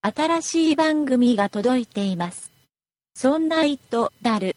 新しい番組が届いています。そんな糸だる。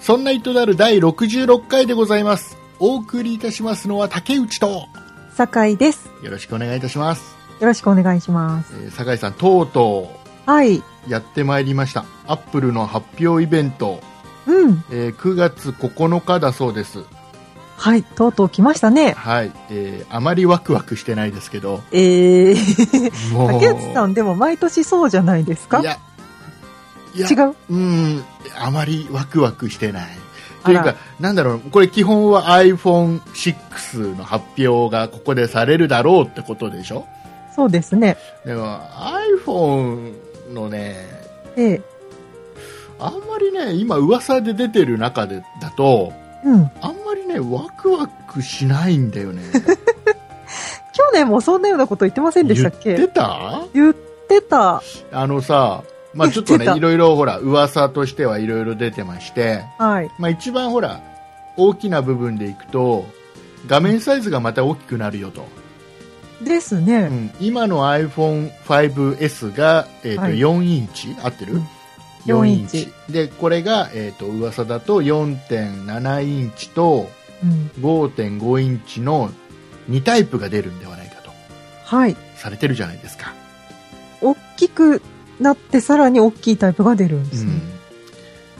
そんな糸である第66回でございます。お送りいたしますのは竹内と、酒井です。よろしくお願いいたします。よろしくお願いしますえ。ー酒井さん、とうとはい。うやってまいりました。アップルの発表イベント、うん。えー9月9日だそうです。はい。とうとう来ましたね。はい、えーあまりワクワクしてないですけど、えー、も 竹内さんでも毎年そうじゃないですかいや、いや違ううん、あまりワクワクしてない。とあいうらか、なんだろう、これ基本は iPhone6 の発表がここでされるだろうってことでしょそうですね。でも iPhone のね、えー、あんまりね、今噂で出てる中でだと、うん。あんまりね、ワクワクしないんだよね。去年もそんなようなこと言ってま せんでしたっ言けってた言ってた。あのさ、まあちょっとね言っ、てたいろいろほら、噂としてはいろいろ出てまして、はい。まあ、一番ほら大きな部分でいくと画面サイズがまた大きくなるよと、ですうね。ん、今の iPhone5S が、えーとはい4インチ合ってる、うん4 4イインンチチでこれが、えー、と噂だと4.7インチとうん。 5.5インチの2タイプが出るんではないかとはい。されてるじゃないですか、大きくなってさらに大きいタイプが出るんでうすんね。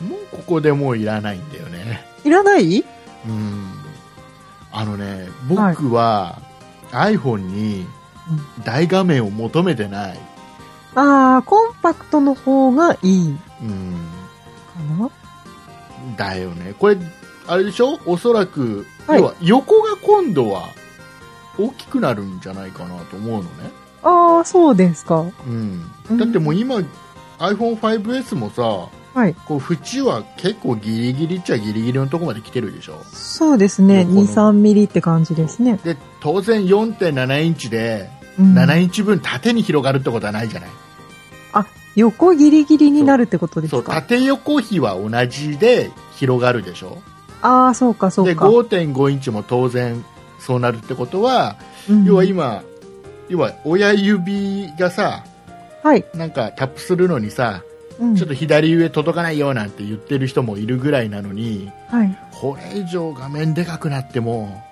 もうここでもういらないんだよねいらないうんあのね、僕は iPhone に大画面を求めてない。あー、コンパクトの方がいいうん、かなだよね。これ、あれでしょおそらく、はい要は横が今度は大きくなるんじゃないかなと思うのね。あー、そうですか。うん、だってもう今、iPhone5S もさ、はいこう縁は結構ギリギリっちゃギリギリのとこまで来てるでしょそうですね。横の2、3ミリって感じですね。で当然4.7インチでうん7インチ分縦に広がるってことはないじゃない、横ギリギリになるってことでそすうか縦横比は同じで広がるでしょああ、そうか、そうでか。 5.5インチも当然そうなるってことは、うん要は今要は親指がさはい。なんかタップするのにさ、うんちょっと左上届かないよなんて言ってる人もいるぐらいなのにはい。これ以上画面でかくなって も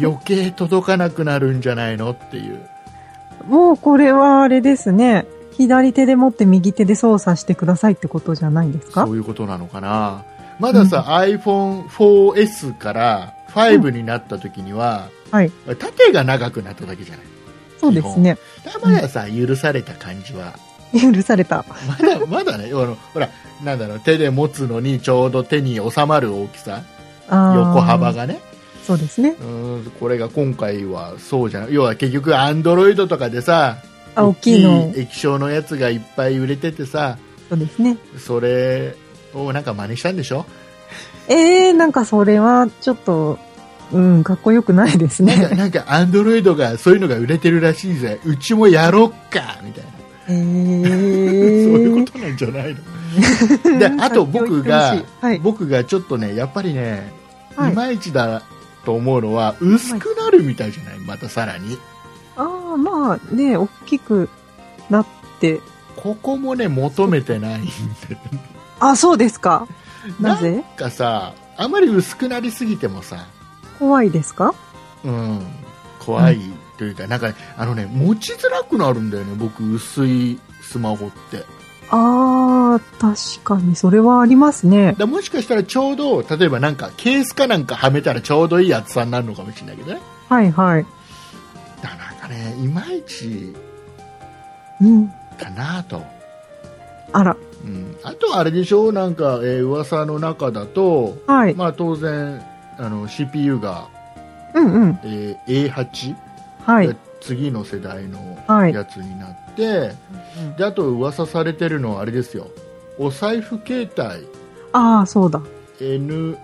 余計届かなくなるんじゃないのっていうもうこれはあれですね。左手で持って右手で操作してくださいってことじゃないですかそういうことなのかなまださ、iPhone4S から5になった時には、はい。縦が長くなっただけじゃないそうですね。だからまださ、許された感じは許された。まだまだね あのほらなんだろう手で持つのにちょうど手に収まる大きさあー横幅。がねそうですね。うーんこれが今回はそうじゃない要は結局アンドロイドとかでさあ、大きいの。液晶のやつがいっぱい売れててさそうですね。それをなんか真似したんでしょえー、なんかそれはちょっと、うん、かっこよくないですなんか ね。なんかアンドロイドがそういうのが売れてるらしいぜうちもやろっかみたいな、えそういうー。ことなんじゃない のであと僕かがっこよくてほし いはい。僕がちょっとねやっぱりね、、はいいまいちだと思うのは薄くなるみたいじゃないまたさらにああ、まあね、大きくなって。ここもね求めてないんであ、そうですか。ななぜんかさあまり薄くなりすぎてもさ怖いですかうん怖いというか、なんかあのね持ちづらくなるんだよね僕薄いスマホってああ、確かに、それはありますね。だもしかしたらちょうど例えばなんかケースかなんかはめたらちょうどいい厚さになるのかもしれないけどねはいはい。だからなんかねいまいちうん。かなと、あら、うん、あとはあれでしょなんか、えー噂の中だと、はい。まあ、当然あの CPU が、うんうん。えー A8、はい。次の世代のはい。やつになって、であと噂されてるのはあれですよお財布携帯ああ、そうだ。 NFC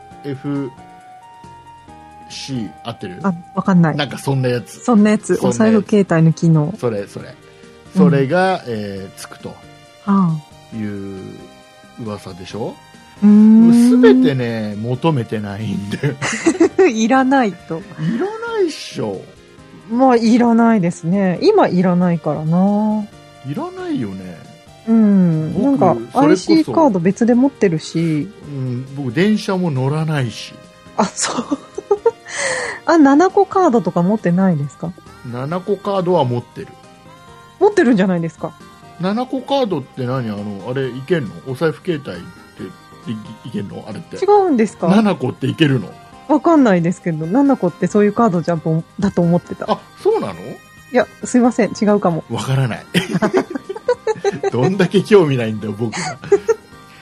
合ってるあ、わかんない。なんかそんなやつそんなやつ、そんなやおつ財布携帯の機能。それそれうんそれが、えーつくとあいう噂でしょあ、うーん。すべてね、求めてないんで。い て。 いらないと。らないっしょ。まあ、いらないですね。今いらないからな。いらないよね。うん。なんか、僕それこそ IC カード別で持ってるし。うん、僕、電車も乗らないし。あ、そう。 あ、7個カードとか持ってないですか7個カードは持ってる。持ってるんじゃないですか7個カードって何あの、あれ、いけんのお財布携帯っていいけんのあれって違。うんですか7個っていけるのわかんないですけど、7個ってそういうカードじゃんとだと思ってた。あ、そうなのいや、すいません。違うかも。わからない。 どんだけ興味ないんだよ、僕は。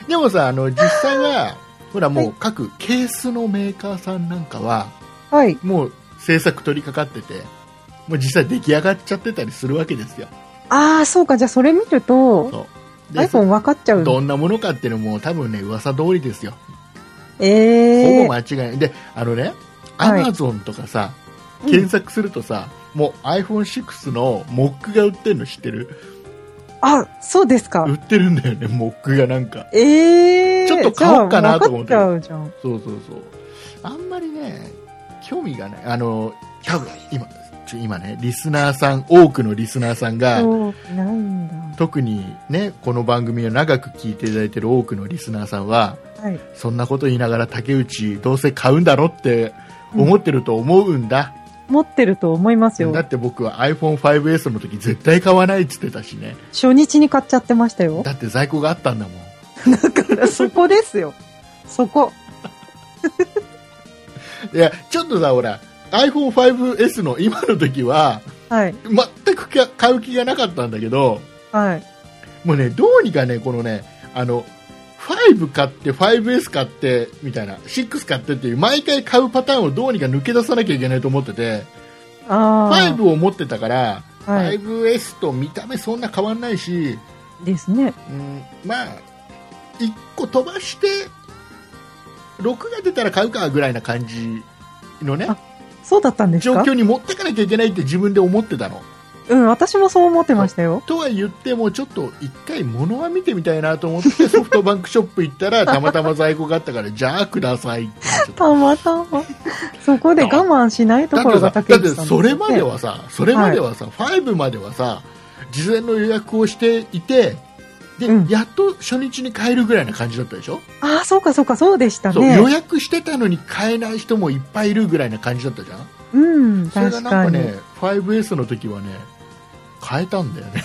でもさ、あの、実際は、ほらもう各ケースのメーカーさんなんかは、はい。もう制作取り掛かってて、もう実際出来上がっちゃってたりするわけですよ。ああ、そうか。じゃあそれ見ると、そうで iPhone 分かっちゃう。どんなものかっていうのも多分ね、噂通りですよ。えほえぼー。間違いない。で、あのね、はい Amazon とかさ、うん検索するとさ、もう iPhone6 のモックが売ってるの知ってるあ、そうですか売。ってるんだよね、モックがなんか。ええー。ちょっと買おうかなと思ってじゃあ分かっちゃうじゃん。そうそうそう。あんまりね、興味がない。あの、多分今、ちょ今ね、リスナーさん、多くのリスナーさんが、そう、ないんだ。特にね、この番組を長く聞いていただいてる多くのリスナーさんは、はい。そんなこと言いながら竹内どうせ買うんだろって思ってると思うんだ。持ってると思いますよだ。って僕は iPhone5S の時絶対買わないって言ってたしね。初日に買っちゃってましたよ。だって在庫があったんだもん。だから、そこですよ。そこ。いや、ちょっとさ、ほら、iPhone5S の今の時は、はい。全くか買う気がなかったんだけど、はい。もうね、どうにかね、このね、あの、5買って、5S 買って、みたいな、6買ってっていう、毎回買うパターンをどうにか抜け出さなきゃいけないと思ってて、あ5を持ってたから、あ。はい 5S と見た目そんな変わんないし、ですね。うん、まあ、1個飛ばして、6が出たら買うかぐらいな感じのねあ、そうだったんです状か況に持ってかなきゃいけないって自分で思ってたの。うん、私もそう思ってましたよ。とは言ってもちょっと一回物は見てみたいなと思ってソフトバンクショップ行ったらたまたま在庫があったから じゃあくださいって言っちゃったまたま。そこで我慢しないところたがだっ竹て内さださってんそれすよまねで。はさそれまではさ、5まではさ事前の予約をしていてで、うんやっと初日に買えるぐらいな感じだったでしょ、ああ、そうかそうか、そうでしたそうね。予約してたのに買えない人もいっぱいいるぐらいな感じだったじゃんうん、それが確なんかかにね。5S の時はね買えたんだよね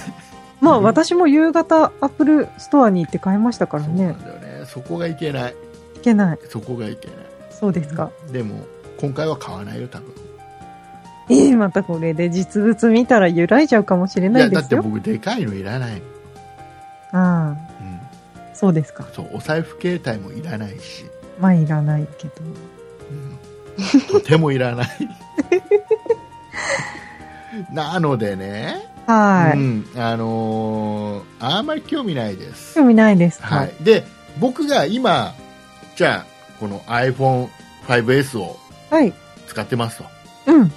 まあ、うん私も夕方、アップルストアに行って買いましたからそうなね。んだよねそこがいけないいけない。そこがいけないそうですか。でも今回は買わないよ多分ええまたこれで実物見たら揺らいじゃうかもしれいなやいでだっすてよ。僕でかいのいらない、あうん、あ、そうですか。そうお財布携帯もいらないし、まあ、いらないけど。うん、とてもいらない なのでね、はい。うん、あのーあんまり興味ないです興味ないですか、はい、で僕が今じゃあこの iPhone5S をはい。使ってますとうん。じ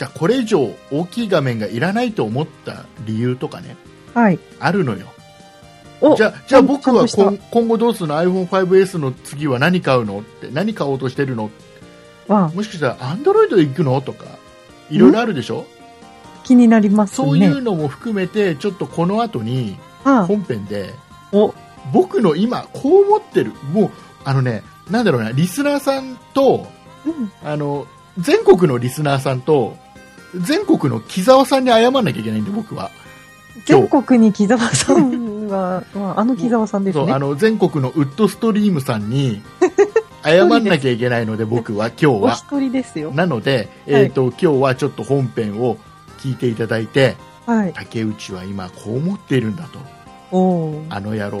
ゃあこれ以上大きい画面がいらないと思った理由とかねはい。あるのよおじゃあじゃあちゃん僕はちゃんと今今後どうするの iPhone5S の次は何買うのって何買おうとしてるのは、もしかしたら Android で行くのとかいろいろあるでしょ気になりますね。そういうのも含めてちょっとこの後にああ本編でお、僕の今こう思ってるもうあのねなんだろうなリスナーさんとうん。あの全国のリスナーさんと全国の木澤さんに謝らなきゃいけないんで僕は今全日国に木沢さんは、まあ、あの木沢さんですそうねあ。の全国のウッドストリームさん に謝らなきゃいけないので僕は今日おは一人ですよ。なので、えーと今日はちょっと本編を聞いていただいてはい。竹内は今こう思っているんだとおーあの野郎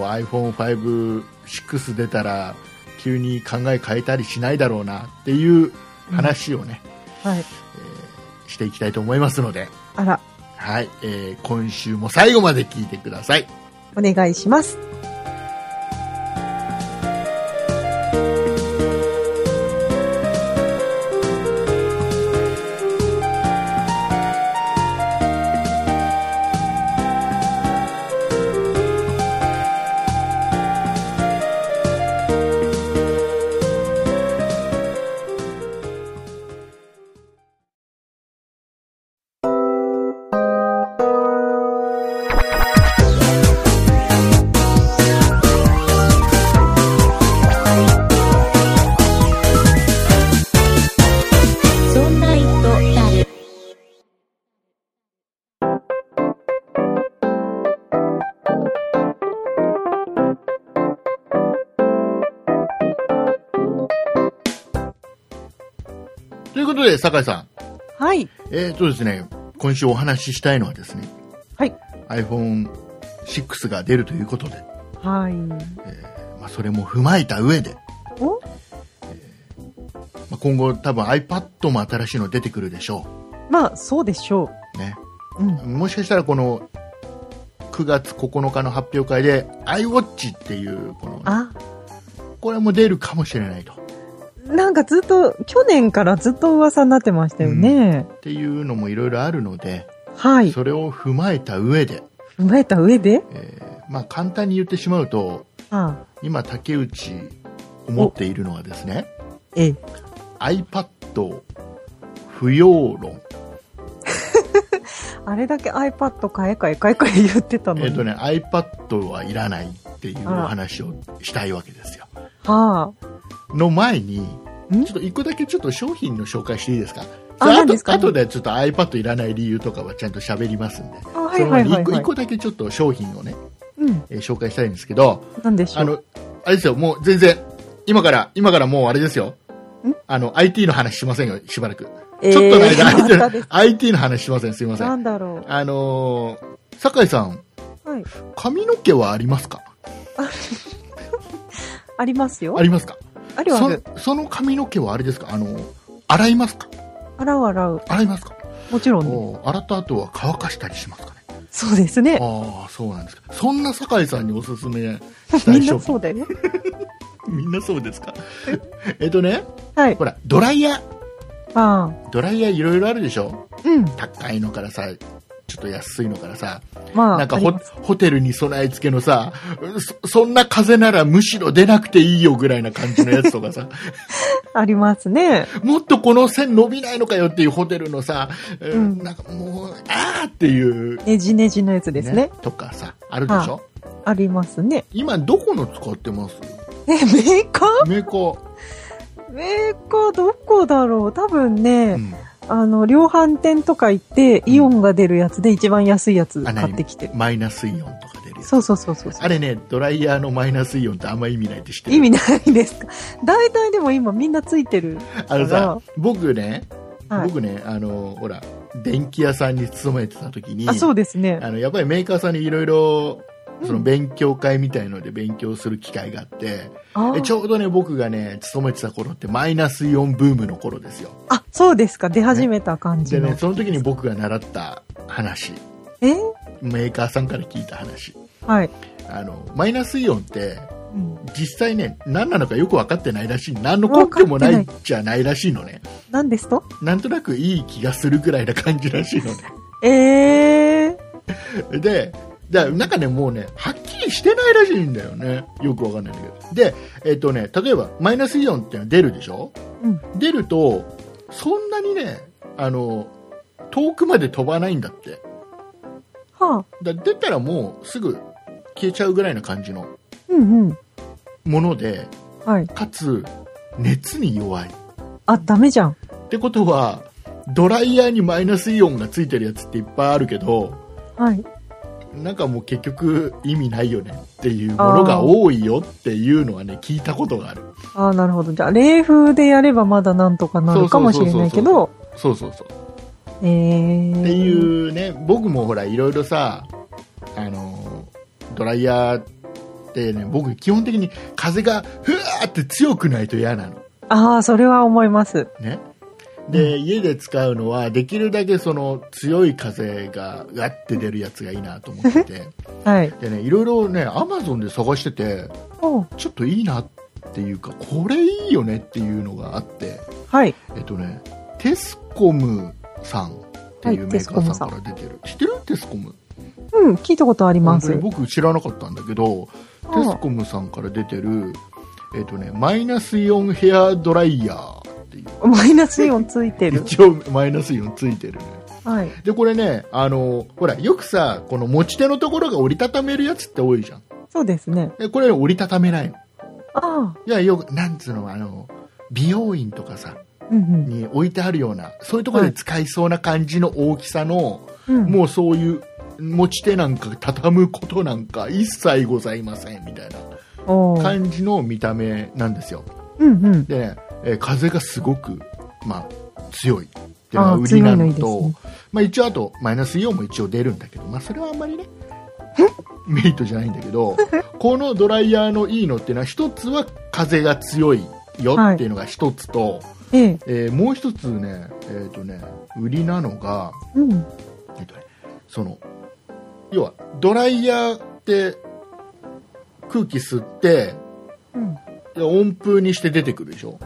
iPhone56 出たら急に考え変えたりしないだろうなっていう話をね、はい。えーしていきたいと思いますので、あら、はいえー今週も最後まで聞いてくださいお願いします。ことで、酒井さん。はい。えっ、とですね、今週お話ししたいのはですね、はい。 iPhone6 が出るということで、はい。まあ、それも踏まえた上で、おまあ、今後多分 iPad も新しいの出てくるでしょまあ、そうでしょう。ね。う。うん。もしかしたらこの9月9日の発表会で iWatch っていうこの、あ、これも出るかもしれないと。なんかずっと、去年からずっと噂になってましたよね。っていうのもいろいろあるので、はい。それを踏まえた上で、踏まえた上でえーまあ簡単に言ってしまうと、あ今竹内思っているのはですね、ええ。 iPad 不要論。あれだけ iPad 買え買え買え買え言ってたのに。えっ、とね、iPad はいらないっていうお話をしたいわけですよ。はあ。の前に、んちょっと一個だけちょっと商品の紹介していいですかあじゃあ何とですか後でちょっと iPad いらない理由とかはちゃんと喋りますんで。あはいはいその前はにい、一個は一い。個だけちょっと商品をね、うん。えー紹介したいんですけど、なんでしょあう。の、あれですよ、もう全然、今から、今からもうあれですよ。あの、IT の話しませんよ、しばらく。えーちょっ との間、IT また でのす IT の話しません、すいませ。なんんだろあのー、酒井さん、う。はい。髪の毛はありますかありますよあ。りますかあるある。そその髪の毛はあれですかあの、洗いますか洗う洗う。洗いますかもちろんね。お洗った後は乾かしたりしますかねそうですね。ああそうなんですかそんな酒井さんにおすすめした みいん商品なそうだよね。みんなそうですか えっとねはい。ほらドライヤーあドライヤーいろいろあるでしょあ。うん。高いのからさちょっと安いのからさまあ。なんかあホりますホテルに備え付けのさそそんな風ならむしろ出なくていいよぐらいな感じのやつとか さありますね。もっとこの線伸びないのかよっていうホテルのさ、えーうんなんかもうあーっていう、ねじねじのやつですね。とかさあるでしょ、はありますね。今どこの使ってますえ、メーカメーカー、ーメーカーどこだろう多分うね、ん、あの、量販店とか行って、んイオンが出るやつで一番安いやつあ何買ってきてる。マイナスイオンとか出るやつそうそうそうそう。あれねドライヤーのマイナスイオンってあんま意味ないって知ってる意味ないですか大体でも今みんなついてる。あのさ僕ね、はい。僕ねあのほら電気屋さんに勤めてた時にあ、そうですね。あのやっぱりメーカーさんにいろいろそうのん勉強会みたいので勉強する機会があって、あでちょうどね僕がね勤めてた頃ってマイナスイオンブームの頃ですよあ、そうですか。出始めた感じでの。ねその時に僕が習った話えメーカーさんから聞いた話はい。あのマイナスイオンってうん実際ね、何なのかよく分かってないらしい。何の根拠もない分じかゃないらしいのね。何ですとなんとなくいい気がするぐらいな感じらしいのえー、ね。 で、だなんかね、もうね、はっきりしてないらしいんだよね。よく分かんないんだけど。で、えっ、とね、例えば、マイナスイオンってのは出るでしょうん。出ると、そんなにね、あの、遠くまで飛ばないんだって。はあ。だ出たらもうすぐ消えちゃうぐらいな感じのうんうん。もので、はい。かつ、熱に弱い。あ、ダメじゃん。ってことはドライヤーにマイナスイオンがついてるやつっていっぱいあるけどはい。なんかもう結局意味ないよねっていうものが多いよっていうのはね聞いたことがあるああ、なるほど。じゃあ、冷風でやればまだなんとかなるかもしれないけど、そうそうそうっえー。。ていううね僕もほらいろいろさあのドライヤーってね僕基本的に風がふわーって強くないと嫌なのああ、それは思います。ねで、家で使うのはできるだけその強い風がガって出るやつがいいなと思って てはい。でね、いろいろね、アマゾンで探してて、おうちょっといいなっていうか、これいいよねっていうのがあって、はい。えっとね、テスコムさんっていうはいメーカーさんテスコムさから出てる。知ってるテスコム。うん、聞いたことありま本当す。に僕知らなかったんだけど、テスコムさんから出てる、えっとね、マイナスイオンヘアドライヤーっていう。マイナスイオンついてる。一応マイナスイオンついてるね。はい。で、これね、あの、ほら、よくさ、この持ち手のところが折りたためるやつって多いじゃん。そうですね。でこれ折りたためないの。あいやよくなんつうのあの美容院とかさあ、うんに置いてあるようなそういうところで使いそうな感じの大きさの、うん。うん、もうそういう持ち手なんか畳むことなんか一切ございませんみたいなおう、感じの見た目なんですようんうん。で、ねえー風がすごくまあ強いっていうのがあー売りな強いのいのいですとねまあ、一応あとマイナス4も一応出るんだけど、まあ、それはあんまりねメリットじゃないんだけ どこのドライヤーのいいのっていうのは一つは風が強いよっていうのが一つと、ええ。えーもう一つね,、えー、とね売りなのが、うん。えっとね、その要はドライヤーって空気吸ってうん。温風にして出てくるでしょ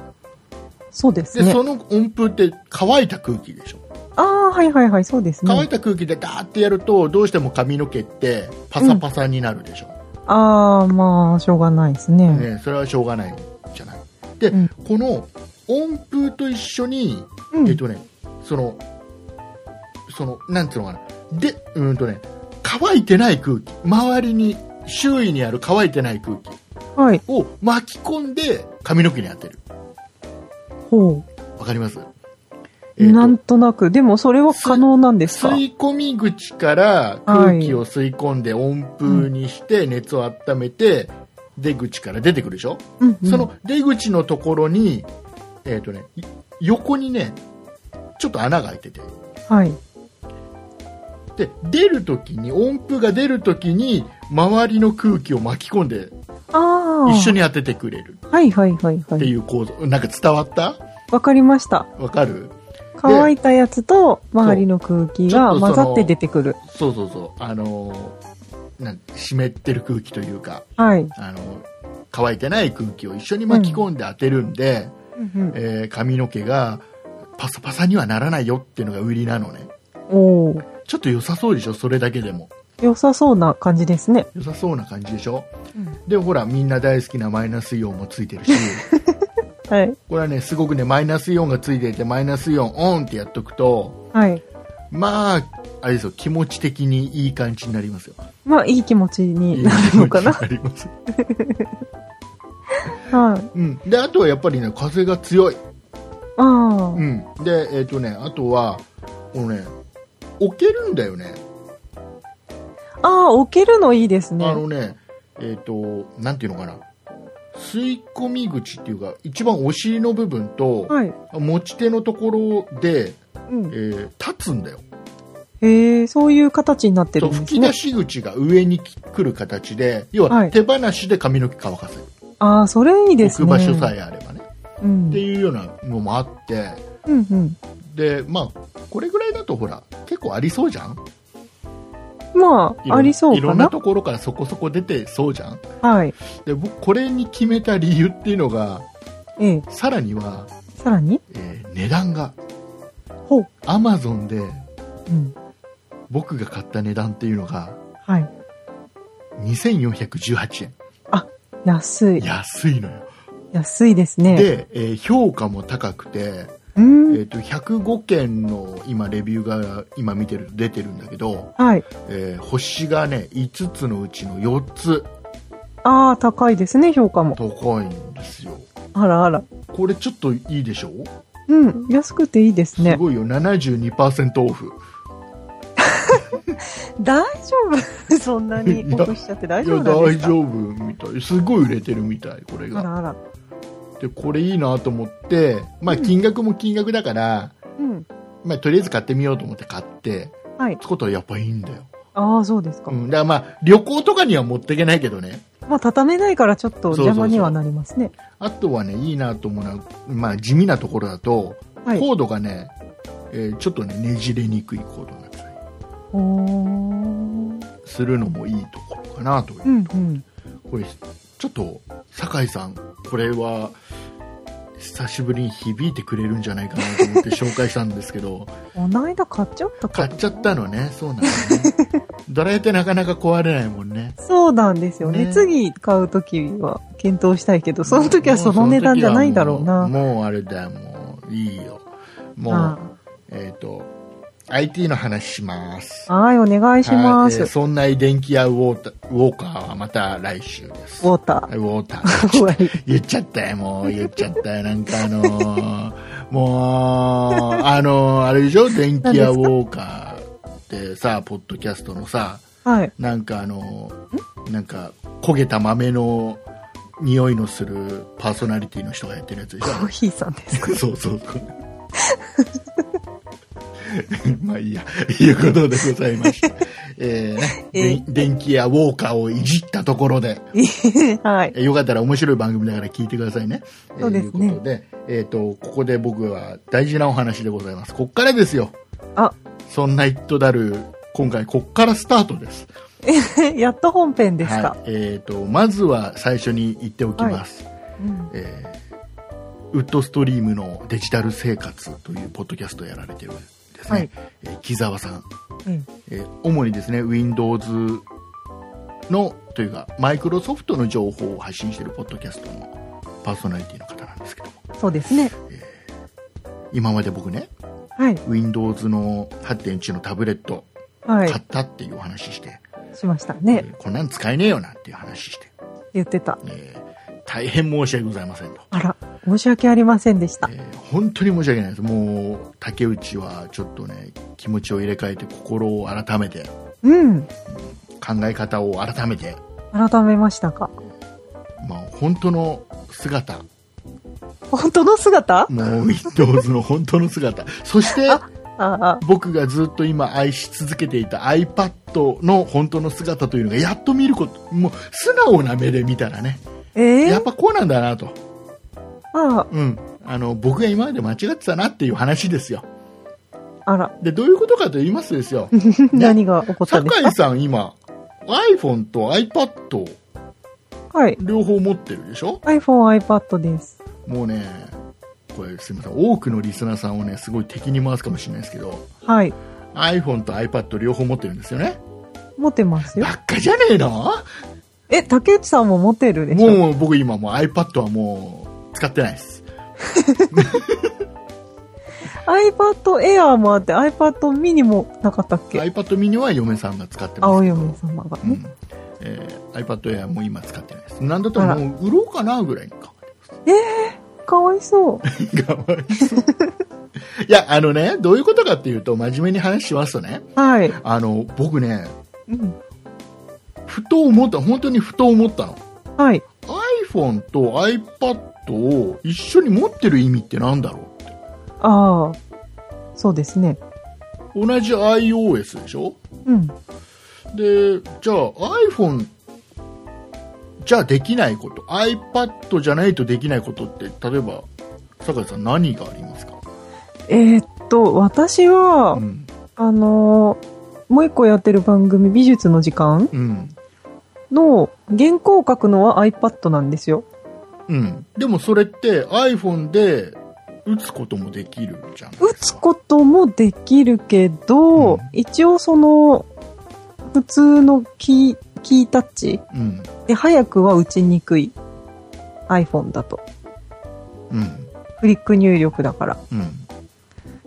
そうですで、ねそ。の温風って乾いた空気でしょああ、はいはいはい、そうです乾いね。た空気でダーってやるとどうしても髪の毛ってパサパサになるでしょ、ああ、まあ、しょうがないですね。ね、それはしょうがないじゃないで、うんこの温風と一緒に、うんえっとねそのそのなんていうのかなでうーんとね乾いてない空気周りに周囲にある乾いてない空気はい。を巻き込んで髪の毛に当てるほわかります、う。えっとなんとなく。でも、それは可能なんですか吸い込み口から空気を吸い込んで温風にして熱を温めて出口から出てくるでしょ、うんうんその出口のところに、えーとね、い横にねちょっと穴が開いててはい。で出るときに温風が出るときに周りの空気を巻き込んでああ。一緒に当ててくれるはいはいはいはってい。いう構造なんか伝わったわかりました。わかる乾いたやつと周りの空気が混ざって出てくる。そうそうそうあのーなん湿ってる空気というかはい。あの乾いてない空気を一緒に巻き込んで当てるんで、うんえー髪の毛がパサパサにはならないよっていうのが売りなのねうん、おお。ちょっと良さそうでしょそれだけでも良さそうな感じですね。良さそうな感じでしょうんでほらみんな大好きなマイナスイオンもついてるし はい。これはねすごくねマイナスイオンがついていてマイナスイオンオンってやっとくとはい。まああれですよ気持ち的にいい感じになりますよまあ、いい気持ちいにい なるの気持かちな。になります、はい。うん、であとはやっぱりね風が強いあうん、で、えっ、とね、あとは、このね、置けるんだよね。あ。ああ、置けるのいいですあね。のね、えっ、と、なんていうのかな。吸い込み口っていうか、一番お尻の部分と、はい。持ち手のところで、うんえ。ー立つんだよ。へえ、そういう形になってそるうんで吹きすね出。し口が上にき来る形で、要ははい手放しで髪の毛乾かせる。ああ、それいいです置くね。場所さえあればね。うん。っていうようなのもあって、うんうん。で、まあ、これぐらいだとほら、結構ありそうじゃんまいろあ、んありそういろかんなな。ところからそこそこ出てそうじゃんはい。で僕これに決めた理由っていうのがええ、さらには、さらにえー値段がほう。アマゾンでうん。僕が買った値段っていうのがはい。 2418円安い。安いのよ安いですね。で、えー評価も高くて、うえん。ー、と105件の今レビューが今見てると出てるんだけど、はい。えー星がね5つのうちの4つああ、高いですね、評価も。高いんですよあらあら。これちょっといいでしょううん。安くていいですすね。ごいよ72%オフ大丈夫 そんなにいや落としちゃって大い丈や夫な大んですか丈夫みたいすごい売れてるみたいこれあがらあら。でこれいいなと思ってまあうん金額も金額だから、うん。まあ、とりあえず買ってみようと思って買ってはい。つことはやっぱいいんだよ、ああ、そうですか。うん、だからまあ旅行とかには持っていけないけどねまあ、畳めないからちょっと邪魔にはなりますね。あとはねいいなと思うのは、まあ、地味なところだと、はい。コードがね、えーちょっとねねじれにくいコードになってたりおー。するのもいいところかなといううんうん。これちょっと酒井さんこれは久しぶりに響いてくれるんじゃないかなと思って紹介したんですけどこの間買っちゃったか買っちゃったのねそうなん だねドライってなかなか壊れないもんねそうなんですよね。ね次買うときは検討したいけど、その時はその値段じゃないんだろうもな。その時はもうもうあれだよもういいよもうえっ、と IT の話しますあはい、お願いしまはいえすー。そんな電気屋ウォーターウォーカーはまた来週ですウォーはタいウォーターー。はい。言っちゃったよ、もう、言っちゃったよ、なんかあのーもう、あのーあれでしょ、電気屋ウォーカーってさ、ポッドキャストのさ、はい。なんかあのーなんか焦げた豆の匂いのするパーソナリティの人がやってるやつでしコーヒーさんですか。ょ。そうそうそう。 まあいいや、いうことでございまして。えーね、 えで電気やウォーカーをいじったところで、はい。えーよかったら面白い番組だから聞いてくださいね。えーそうですねいうことで、えっ、と、ここで僕は大事なお話でございます。こっからですよ。あ、 そんな一途だる、今回こっからスタートです。やっと本編ですか。はい。えっ、と、まずは最初に言っておきます。うんえーウッドストリームのデジタル生活というポッドキャストをやられてるんですね。はいえー木澤さん。うんえー主にですね Windows のというかマイクロソフトの情報を発信しているポッドキャストのパーソナリティの方なんですけどもそうですね。今まで僕ねはい。 Windows の8.1のタブレットは買いっ。たっていうお話しして、しましたえね。ーこんなん使えねえよなっていう話して、言ってた。えー大変申し訳ございませんと、あら、申し訳ありませんでしたえ。ー本当に申し訳ないですもう竹内はちょっとね気持ちを入れ替えて心を改めてうん。考え方を改めて改めましたか。まあ本当の姿本当の姿もう Windows の本当の姿。そして、ああ、僕がずっと今愛し続けていた iPad の本当の姿というのがやっと見ること、もう素直な目で見たらね、ええやっぱこうなんだなと。あうん。あの、僕が今まで間違ってたなっていう話ですよ。あ、あら、で、どういうことかと言いますとですよ。 何が起こったんです酒井さん今、iPhone と iPad かはい。両方持ってるでしょ iPhone、iPad です。もうね、これすみません。多くのリスナーさんをね、すごい敵に回すかもしれないですけど、はい。 iPhone と iPad 両方持ってるんですよね。持ってますよば。っかじゃねえのえ、竹内さんも持ってるでしょもう僕今もう iPad はもう使ってないです。 iPad Air もあって iPad mini もなかったっけ iPad mini は嫁さんが使ってます青けど。嫁様がうね。んえー iPad Air も今使ってないです。なんだったらもう売ろうか なぐらいに考かわいそう。 えてかわいそう。いや、あのね、どういうことかっていうと、真面目に話しますとね、はい。あの、僕ね、うんふと思った、本当にふと思ったの。はい。 iPhone と iPad を一緒に持ってる意味ってなんだろああ、そうですね。う同じ iOS でしょうん。でじゃあ iPhone じゃできないこと iPad じゃないとできないことって例えば酒井さん何がありますか、えーっと、私は、うんあのーもう一個やってる番組、美術の時間うんの原稿を書くのは iPad なんですよ。うん、でもそれって iPhone で打つこともできるじゃない打ですつかこともできるけど、うん一応その、普通のキー、キータッチうんで早くは打ちにくい iPhone だと。うんフリック入力だから。うん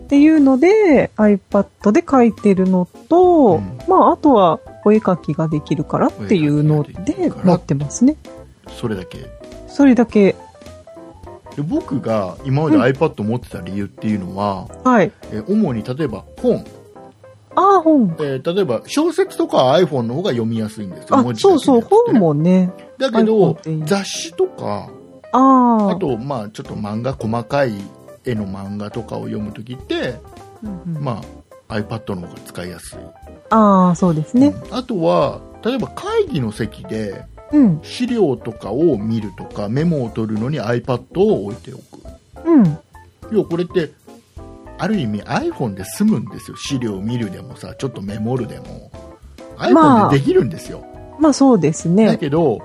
っていうので iPad で書いてるのと、うんまああとはお絵描きができるからっていうお絵の描きができでるから持ってますね。それだけでそれだけ。僕が今までうん iPad 持ってた理由っていうのは、はい。え主に例えば本、ああ、本。えー例えば小説とかは iPhone の方が読みやすいんですよあ文、字だけそうそう、じゃなくて本ねもね。だけど iPhone っていい雑誌とかあああ。とまあちょっと漫画細かい絵の漫画とかを読む時って、うんうんまあ、iPad の方が使いやすい、ああ、そうですね。うんあとは例えば会議の席でうん。資料とかを見るとかメモを取るのに iPad を置いておくうん。要はこれってある意味 iPhone で済むんですよ資料を見るでもさちょっとメモるでもま iPhone あでできるんですよ、まあそうですだね。けど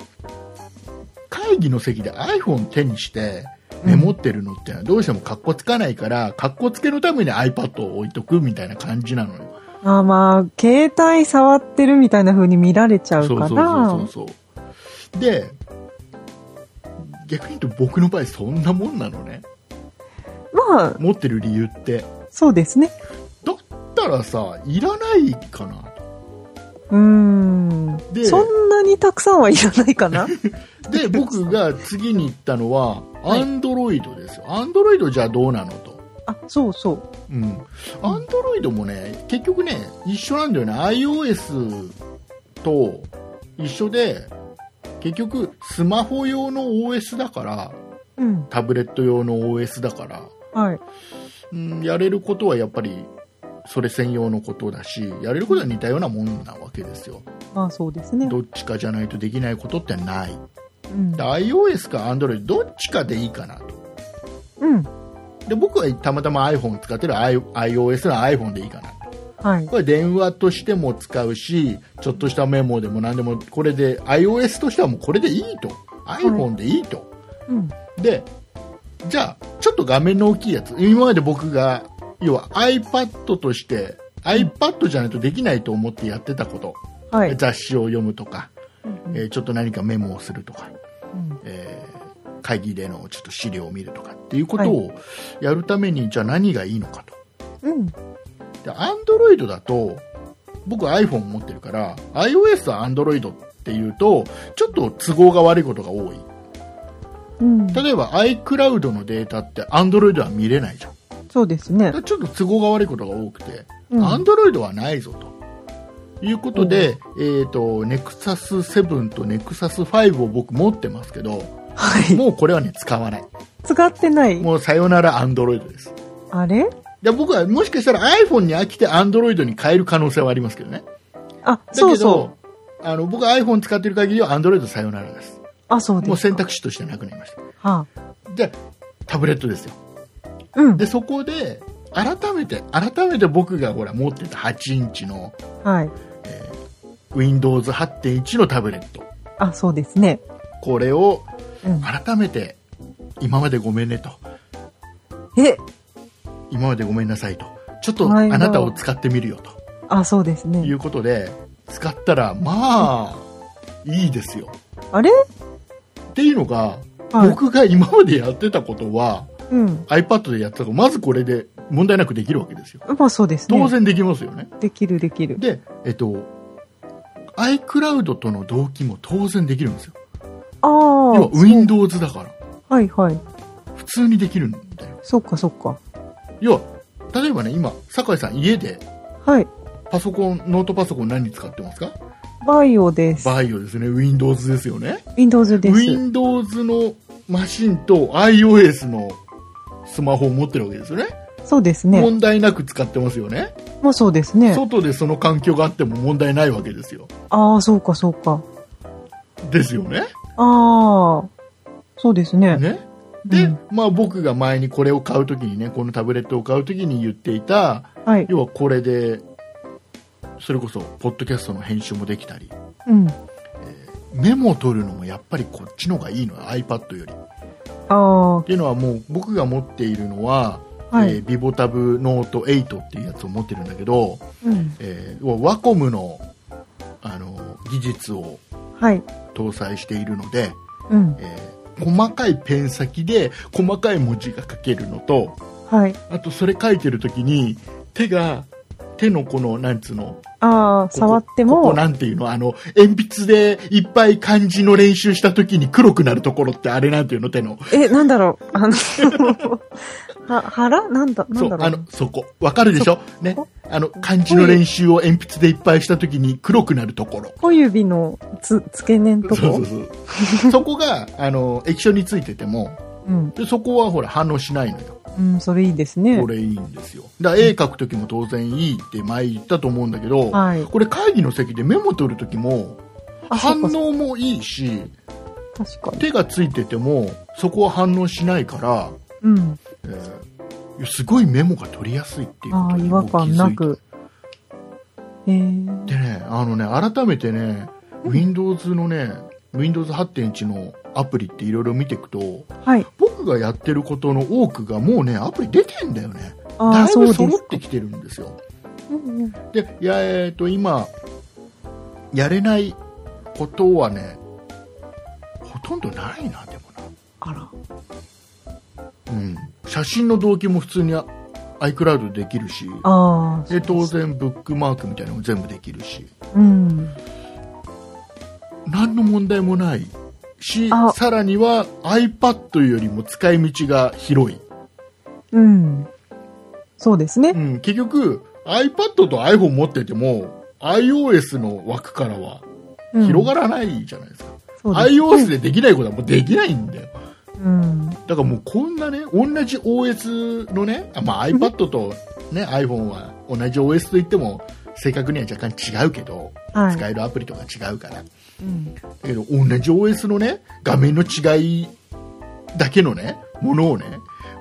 会議の席で iPhone 手にしてメモってるのってのはどうしても格好つかないから格好つけのために iPad を置いとくみたいな感じなのよああまあ、携帯触ってるみたいな風に見られちゃうそうかそうそらう。そうそうで逆に言うと僕の場合そんなもんなのねまあ、持ってる理由ってそうですね。だったらさいらないかなうーん。でそんなにたくさんはいらないか な で僕が次に行ったのははい Android ですよ Android じゃあどうなのとあ、そうそう。うん、アンドロイドもね、結局ね、一緒なんだよね、iOS と一緒で、結局、スマホ用の OS だから、うん。タブレット用の OS だから、はい。うん、やれることはやっぱり、それ専用のことだしやれることは似たようなもんなわけですよまあそうですね。どっちかじゃないとできないことってないうんで。iOS か Android どっちかでいいかなとうん。で僕はたまたま iPhone 使ってる I- iOS の iPhone でいいかなはい。これ電話としても使うしちょっとしたメモでも何でもこれで iOS としてはもうこれでいいと iPhone でいいと、うん。でじゃあちょっと画面の大きいやつ今まで僕が要は iPad として iPad じゃないとできないと思ってやってたこと、はい。雑誌を読むとか、うんえーちょっと何かメモをするとか、うんえー会議でのちょっと資料を見るとかっていうことをやるために、じゃあ何がいいのかとうん。で Android だと僕 iPhone 持ってるから iOS と Android っていうとちょっと都合が悪いことが多いうん。例えば iCloud のデータって Android は見れないじゃんそうですねだか。らちょっと都合が悪いことが多くて、うん Android はないぞと。いうことで、えっ、と、Nexus 7と Nexus 5を僕持ってますけど、はい。もうこれはね、使わない。使ってない。もうさよなら Android です。あれで僕はもしかしたら iPhone に飽きて Android に変える可能性はありますけどね。あ、だけど、そうそう。あの僕は iPhone 使ってる限りは Android さよならです。あ、そうもでうす。選択肢としてなくなりましはた。で、タブレットですよ。あ、うん。で、そこで、改めて、改めて僕がほら持ってた8インチのはい。 Windows 8.1のタブレットあ、そうですね。これをうん。改めて今までごめんねとえ、今までごめんなさいとちょっとあはいはいなたを使ってみるよとあ、そうですいね。うことで使ったらまあいいですよあれっていうのがはい。僕が今までやってたことはうん。 iPad でやってたことまずこれで問題なくできるわけですよまあそうですね。当。然できますよねできるできる。でえっと iCloud との同期も当然できるんですよああ。要は Windows だからはいはい。普通にできるんだよそっかそっか。要は例えばね今酒井さん家ではい。パソコンノートパソコン何使ってますかバイオです。バイオですね Windows ですよね Windows です。 Windows のマシンと iOS のスマホを持ってるわけですよねそうですね。問題なく使ってますよねまあそうですね。外でその環境があっても問題ないわけですよああ、そうかそうか。ですよねああ。そうですね。ねで、うんまあ僕が前にこれを買うときにねこのタブレットを買うときに言っていたはい。要はこれでそれこそポッドキャストの編集もできたりうん。メモを取るのもやっぱりこっちの方がいいのよ iPad よりっあていうのはもう僕が持っているのは、あ。はえい。ービボタブノート8っていうやつを持ってるんだけど、うん。えーワコムのあの技術をはい。搭載しているので、うん。えー細かいペン先で細かい文字が書けるのとはい。あとそれ書いてる時に手が手のこのなんつうのああ、触ってここも、なんていうのあの、鉛筆でいっぱい漢字の練習した時に黒くなるところってあれなんていうの手の。え、なんだろう。あの、 は、腹なんだ、なそんうだ、ろあう。の、そこ。わかるでしょねこ。あの、漢字の練習を鉛筆でいっぱいした時に黒くなるところ。小指のつ、付け根のとこ。そうそうそう。そこが、あの、液晶についてても、うん。でそこはほら反応しないのよ。うん、それいいですねこ。れいいんですよ。だから絵描く時も当然いいって前言ったと思うんだけど、はいこれ会議の席でメモ取る時も、あ反そっか応もいいし、確かに。手がついててもそこは反応しないから、うん。えーすごいメモが取りやすいっていうこあとあ、に違和感なく。僕気づいたえー、でねあのね改めてね Windows のね Windows 8.1のアプリっていろいろ見ていくとはい。僕がやってることの多くがもうねアプリ出てんだよねあだあ、いそうぶです揃っか。てきてるんですようんうんでいやえっ、と今やれないことはねほとんどないなでもなあら。うん、写真の同期も普通に iCloud できるしあで当然ブックマークみたいなのも全部できるしあ、うん。何の問題もないしあさらには iPad よりも使い道が広い、うん。そうですねう。ん、結局 iPad と iPhone 持ってても iOS の枠からはうん広がらないじゃないですか、そうです iOS でできないことはもうできないんだようん。だからもうこんなね、同じ OS のね、あまあ、iPad と、ね、iPhone は同じ OS といっても正確には若干違うけど、はい使えるアプリとか違うからだうんけど同じ OS のね画面の違いだけのねものをね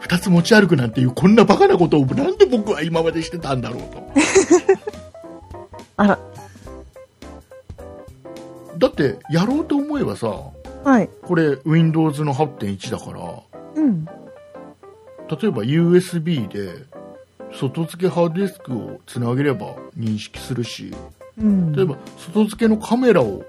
2つ持ち歩くなんていうこんなバカなことをなんで僕は今までしてたんだろうとあら、だってやろうと思えばさはい。これ Windows の8.1だからうん。例えば USB で外付けハードディスクをつなげれば認識するしうん。例えば外付けのカメラを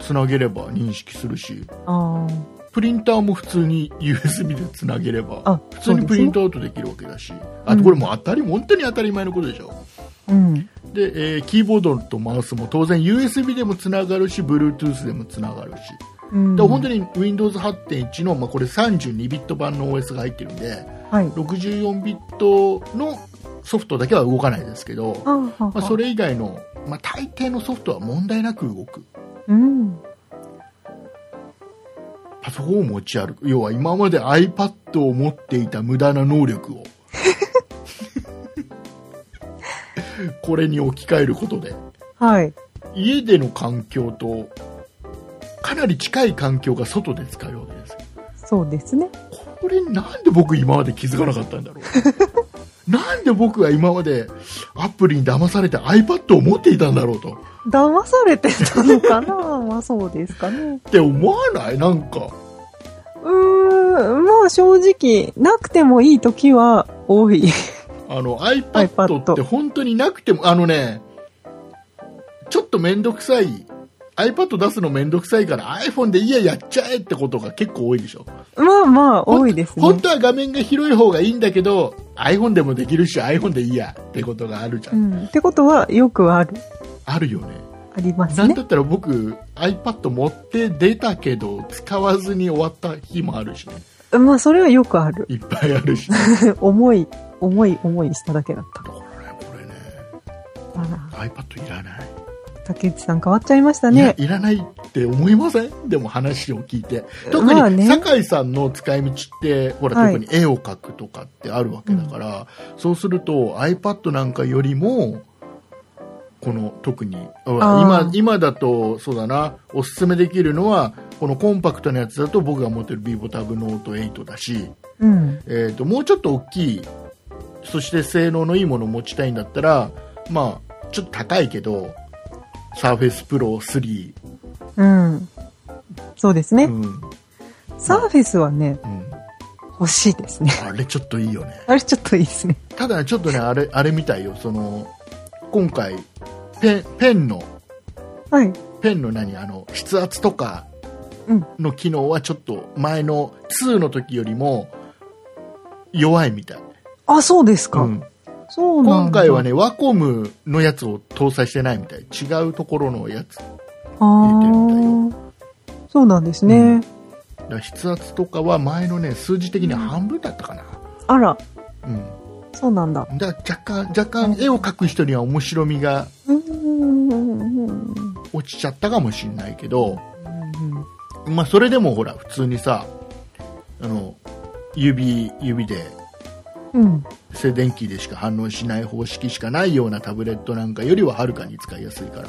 つなげれば認識するしあプリンターも普通に USB でつなげればあ普通にプリントアウトできるわけだし、あとこれもう当たり本当に当たり前のことでしょあ。うん。で、えーキーボードとマウスも当然 USB でもつながるし Bluetooth でもつながるしうん。で本当に。に Windows8.1 の、まあ、これ32ビット版の OS が入ってるんではい。 64ビットのソフトだけは動かないですけど、あまははあ、それ以外の、まあ、大抵のソフトは問題なく動くうん。パソコンを持ち歩く要は今まで iPad を持っていた無駄な能力を これに置き換えることではい。家での環境とかなり近い環境が外で使えるわけですそうですね。これなんで僕今まで気づかなかったんだろう なんで僕は今までアプリに騙されて iPad を持っていたんだろうと騙されてたのかなまあそうですかね。って思わないなんかうーん、まあ正直、なくてもいい時は多い。あの iPad って iPad 本当になくてもあのねちょっと面倒くさい iPad 出すの面倒くさいから iPhone でいいややっちゃえってことが結構多いでしょまあまあ多いですね本。当は画面が広い方がいいんだけど iPhone でもできるし iPhone でいいやってことがあるじゃ、うんん。ってことはよくある、あるよねありまなすんねだ。ったら僕 iPad 持って出たけど使わずに終わった日もあるしねまあそれはよくある。 いっぱいあるし重い、重い、重いしただけだった。だからねこれねあら、 iPad いらない竹内さん変わっちゃいましたいやね。いらないって思いませんでも話を聞いて特まあにね酒井さんの使い道ってほら、はい特に絵を描くとかってあるわけだから、そうすると iPad なんかよりもこの特にほらあー今今だとそうだなおすすめできるのはこのコンパクトなやつだと僕が持ってる v ボタブノート8だし、うん。えー、ともうちょっと大きいそして性能のいいものを持ちたいんだったらまあちょっと高いけど Surface Pro 3うん。そうですね。うんサーフェスはね、うん、欲しいですね。 あれちょっといいよねあれちょっといいですね。ただちょっとねあれあれみたいよその今回ペンペンのはい。ペンの何あの筆圧とかうんの機能はちょっと前の2の時よりも弱いみたい、あ、そうですか。うんそうなんだ。今回はねワコムのやつを搭載してないみたい違うところのやつあ入ー、そうなんですね。うんだから筆圧とかは前のね数字的には半分だったかな、あら、うんそうなんだ。だから若干若干絵を描く人には面白みがうーん。落ちちゃったかもしれないけど、まあ、それでもほら普通にさあの指指でうん。静電気でしか反応しない方式しかないようなタブレットなんかよりははるかに使いやすいから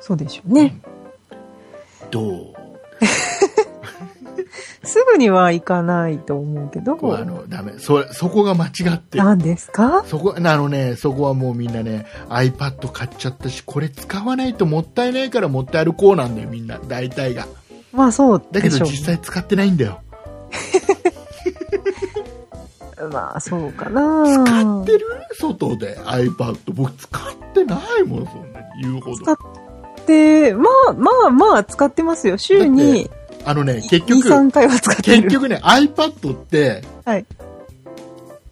そうでしょうね。どうすぐにはいかないと思うけど。こうあのダメそそこが間違ってる何ですかそこあのねそこはもうみんなね iPad 買っちゃったしこれ使わないともったいないから持って歩こうなんだよみんな大体がまあそうだでけしどょう。実際使ってないんだよまあそうかな。使ってる外で iPad 僕使ってないもんそんなに言うほど使って、まあまあまあ使ってますよ。週にあのね、結2、局、 3回は使って結る。局ね、iPad って、はい。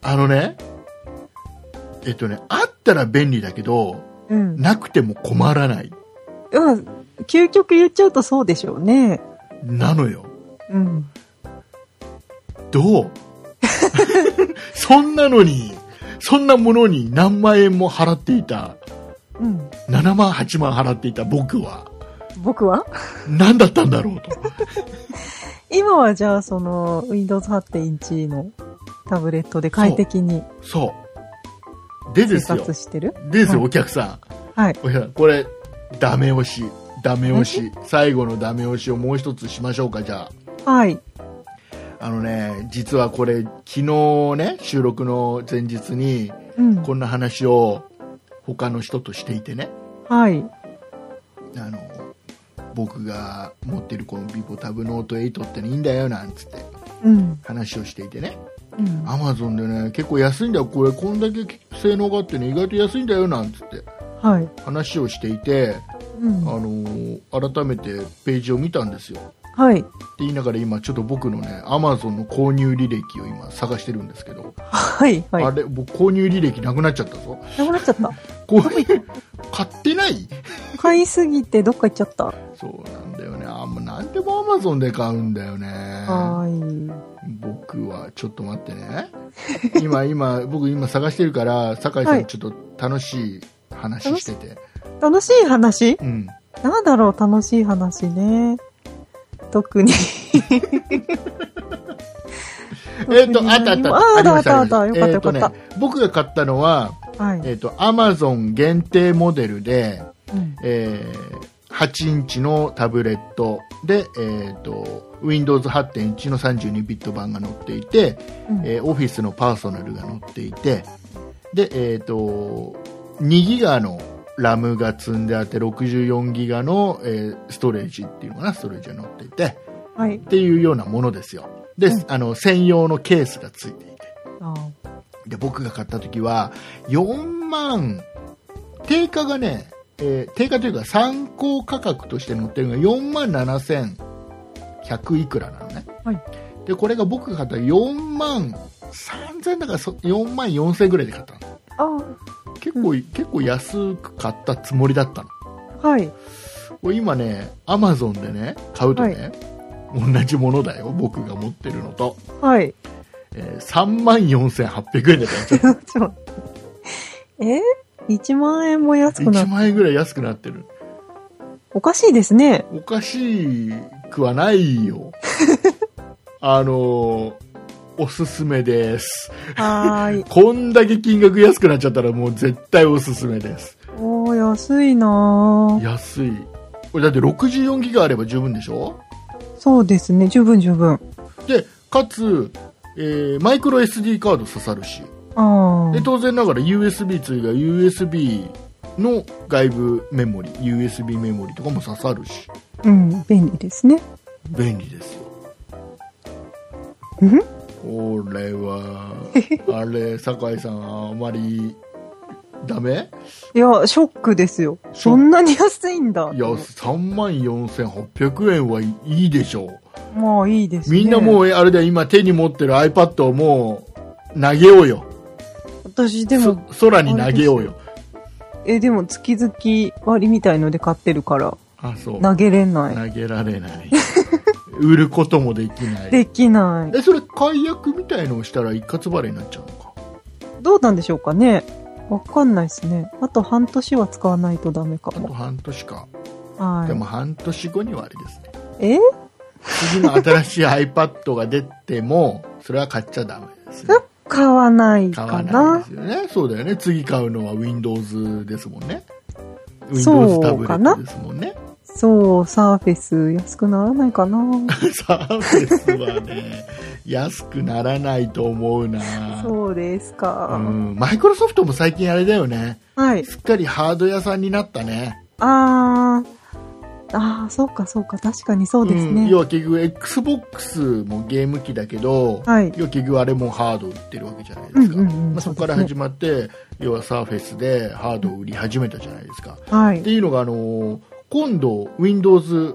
あのね、えっとね、あったら便利だけど、うん。なくても困らない。まあ、究極言っちゃうとそうでしょうね。なのよ。うん。ど うそんなのに、そんなものに何万円も払っていた、うん。 7万、8万払っていた僕は、僕は何だったんだろうと。今はじゃあその Windows 8.1のタブレットで快適に。そでですよ生活してるですよ、はいお客さはい。んお客さんこれダメ押しダメ押し最後のダメ押しをもう一つしましょうかじゃあはい。あのね実はこれ昨日ね収録の前日にうん。こんな話を他の人としていてねはい。あの僕が持ってるこのビボタブノート8ってのいいんだよなんつってうん。話をしていてねうん。アマゾンでね結構安いんだよこれこんだけ性能があってね意外と安いんだよなんつってはい。話をしていて、うあん。のー改めてページを見たんですよってはい。言いながら今ちょっと僕のねアマゾンの購入履歴を今探してるんですけど、はい。はいあ。れ僕購入履歴なくなっちゃったぞなくなっちゃった。購入買ってない買いすぎてどっか行っちゃった。そうなんだよねあんま何でもアマゾンで買うんだよねは僕はちょっと待ってね今今僕今探してるから酒井さはんいちょっと楽しい話してて、い。楽しい話うんなんだろう、楽しい話ね。特に。えっ、とあったあったあったああったありまった。よしかったえよーかとっねた。僕が買ったのははい。えっ、とアマゾン限定モデルで、うんえー8インチのタブレットで、えー、と Windows8.1 の32ビット版が載っていて、うんえー、オフィスのパーソナルが載っていてで、えー、と2ギガのラムが積んであって64ギガの、えーストレージっていうのかなストレージが載っていてはい。っていうようなものですよで、うんあの専用のケースがついていてあで僕が買った時は4万定価がね、えー定価というか参考価格として載ってるのが4万7100いくらなのね、はいでこれが僕が買った4万3000だからそ4万4000ぐらいで買ったのあ結構,、結構安く買ったつもりだったのはい。これ今ねアマゾンでね買うとね、同じものだよ僕が持ってるのと、はい。 えー、3万4800円で買っちゃっちょっと待ってえ ?1 万円もた安くな1る。万円ぐらい安くなってるおかしいですね。おかしくはないよ。 あの、おすすめです。はーい。こんだけ金額安くなっちゃったらもう絶対おすすめです。おー、安いなー安い。これだって64ギガあれば十分でしょそうですね。十分十分。で、かつ、えーマイクロ SD カード刺さるし、あであ。当然ながら USB 追加 USB の外部メモリ、USB メモリとかも刺さるし、うん、便利ですね。便利ですよ。うんこれ はあれ酒井さんあまりダ メいや、ショックですよ。そんなに安いんだ。いや3万4800円はいいいでしょうまあいいですね。みんなもう。うえあれだよ今手に持ってる iPad をもう投げようよ私でも、そ空に投げようよえ、でも月々割みたいので買ってるから、あそう投げれない。投げられない 売ることもできないできない。えそれ解約みたいのをしたら一括払いになっちゃうのかどうなんでしょうかね。わかんないですね。あと半年は使わないとダメかあとも。半年か、でもは半年後にはあれですねい。え次の新しい iPad が出てもそれは買っちゃダメですね買わない買かわないなで。すよね。そうだよね。次買うのは Windows ですもんね。そ Windows タブうレかッなトですもんね。 そう、サーフェス安くならないかな。サーフェスはね、安くならないと思うな。そうですうか。ん。マイクロソフトも最近あれだよね。はい。すっかりハード屋さんになったね。あー。あー、そうかそうか。確かにそうですんね要。は結局 Xbox もゲーム機だけど、はい要は結局あれもハード売ってるわけじゃないですか。うんうんうんまあ、そこから始まって、要はサーフェスでハードを売り始めたじゃないですか。はっいて。いうのが、あのー今度 Windows9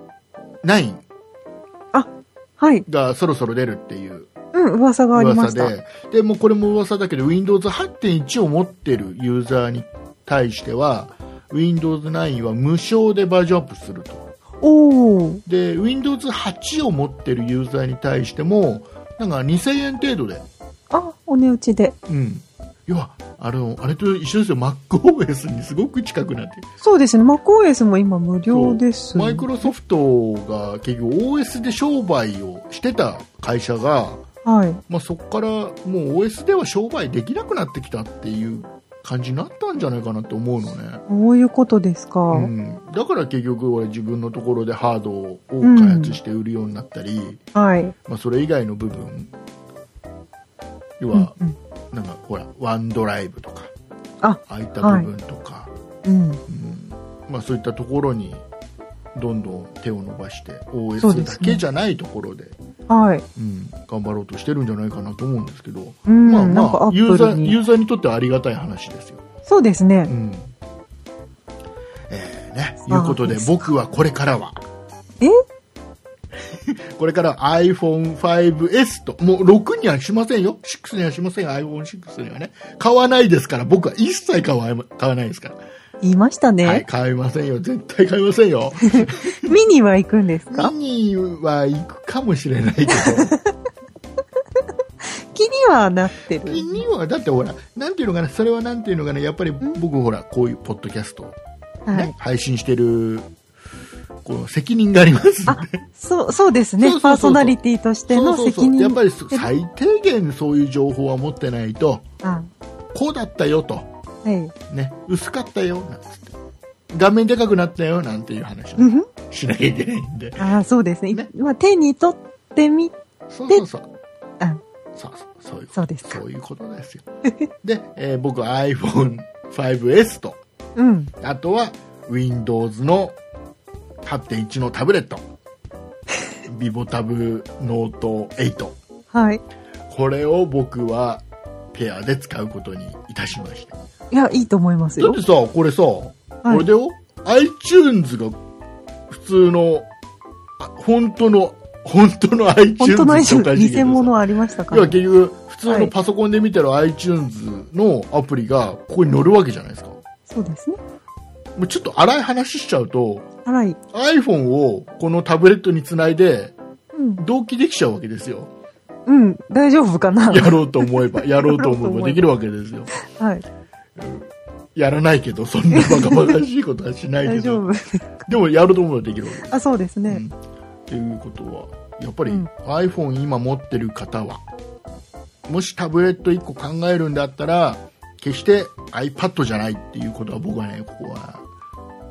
はい。がそろそろ出るっていううん、噂がありま噂した。ででもうこれも噂だけど Windows8.1 を持ってるユーザーに対しては Windows9 は無償でバージョンアップするとおー。で Windows8 を持ってるユーザーに対してもなんか2000円程度で、あ、お値打ちで。うん、要はあのあれと一緒ですよ MacOS にすごく近くなってそうですね。MacOS も今無料です。マイクロソフトが結局 OS で商売をしてた会社がはい。まあ、そこからもう OS では商売できなくなってきたっていう感じになったんじゃないかなって思うのね、こういうことですか。うん、だから結局俺自分のところでハードを開発して売るようになったり、はい。まあ、それ以外の部分要うんは、うん。なんかほらワンドライブとかあああいった部分とか、うん。うんまあ、そういったところにどんどん手を伸ばしてそうで OS だすねけじゃないところではい。うん、頑張ろうとしてるんじゃないかなと思うんですけど、うん。まあまなんかあアユーップザルーユに。ーザーにとってはありがたい話ですよ。そうですうね。んえーね、あいうことでそうですか僕はこれからはえこれから iPhone5S ともう6にはしませんよ6にはしません iPhone6 にはね買わないですから僕は一切買わ買わないですから、言いましたはい、ね。買いませんよ絶対買いません よ見には行くんですかミニは行くかもしれ ないけど気にはなってる。にはだってほらなんていうのかなそれはなんていうのかなやっぱり僕ほらこういうポッドキャストをね、はい。配信してるこの責任がありますあそう、そうですねそうそうそうそう。パーソナリティとしてそうのそうそ責う任。やっぱりそ最低限そういう情報は持ってないとあこうだったよと、はい。ね、薄かったよなんつって画面でかくなったよなんていう話をうんふんしなきゃいけないんでああ、そうですね。ねまあ、手に取ってみ、そうそうそうあそうそうそういうそうですかそういうことですよで、えー僕は iPhone5S とうん。あとは Windows の8.1のタブレ ットビボタブノート8はい。これを僕はペアで使うことにいたしましただいや、いいと思いますよっ。てさこれさ、はいこれだよ iTunes が普通のあ本当の本当の iTunes 本当のっておかしいけどさ偽物ありましたかいやら。結局普通のパソコンで見てる iTunes のアプリがここに載るわけじゃないですかもそうですね。うちょっと荒い話しちゃうとはい。 iPhone をこのタブレットにつないでうん。同期できちゃうわけですよ。うん。大丈夫かなやろうと思え ば、やろうと思えばやろうと思えばできるわけですよ。はい。やらないけど、そんなバカバカしいことはしないけ大丈ど、夫。でもやろうと思えばできるわけです。 あ、そうですうねん。っていうことは、やっぱりうん iPhone 今持ってる方は、もしタブレット1個考えるんだったら、決して iPad じゃないっていうことは僕はね、ここは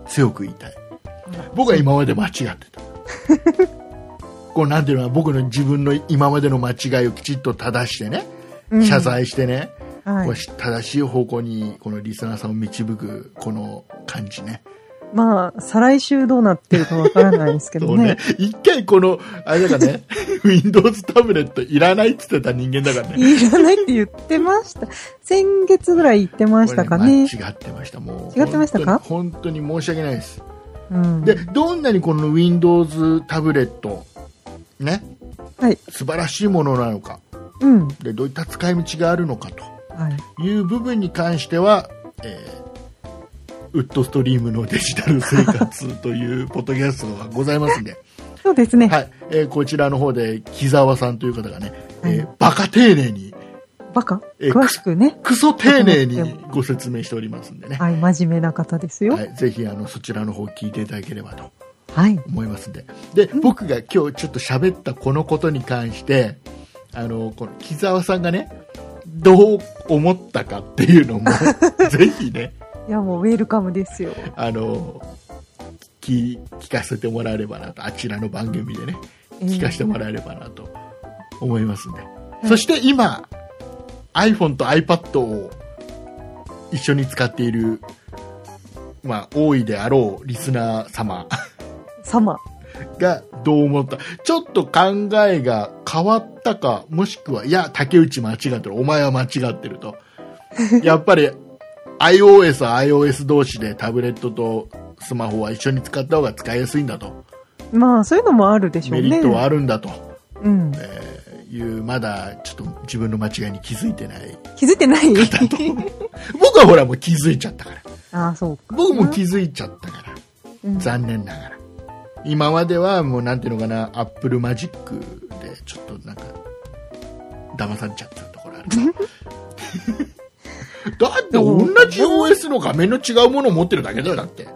強く言いたい。僕は今まで間違って た。こうなんていうのは僕の自分の今までの間違いをきちっと正してね、うん謝。罪してね、はこうい。正しい方向にこのリスナーさんを導くこの感じね。まあ、再来週どうなってるかわからないですけそどうねね。。一回この、あれだから ね、Windows タブレットいらないって言ってた人間だからね。いらないって言ってました。先月ぐらい言ってましたかね。これ間違ってました、もう。違ってましたか本当に本当に申し訳ないです。うん。で、どんなにこの Windows タブレット、ね、はい。素晴らしいものなのか、うん。はで、どういった使い道があるのかとい。いう部分に関しては、えーウッドストリームのデジタル生活というポッドキャストがございますんで、そうですね。はい、えーこちらの方で木澤さんという方がね、えーうバカ丁寧に、バカえ詳しくね。クソ丁寧にご説明しておりますんでね、はい。真面目な方ですよは。い、ぜひあのそちらの方聞いていただければとはい。思いますんで、で、僕が今日ちょっと喋ったこのことに関して、あの、この木澤さんがね、どう思ったかっていうのも、ぜひね、いや、もうウェルカムですよ。あの、聞聞かせてもらえればなと、あちらの番組でね、聞かせてもらえればなと思いますんで、いそして今 iPhone と iPad を一緒に使っているまあ多いであろうリスナー様サマ。がどう思ったちょっと考えが変わったかもしくはいや竹内間違ってるお前は間違ってるとやっぱり iOS は iOS 同士でタブレットとスマホは一緒に使った方が使いやすいんだとまあ、そういうのもあるでしょうメね。リットはあるんだと、うん。えーいうまだちょっと自分の間違いに気づいてない気づいてない 僕はほらもう気づいちゃったからああ、そうか。僕も気づいちゃったからうん残念ながら今まではもうなんていうのかなアップルマジックでちょっとなんか騙されちゃったところ あるだって同じ OS の画面の違うものを持ってるだけだよだって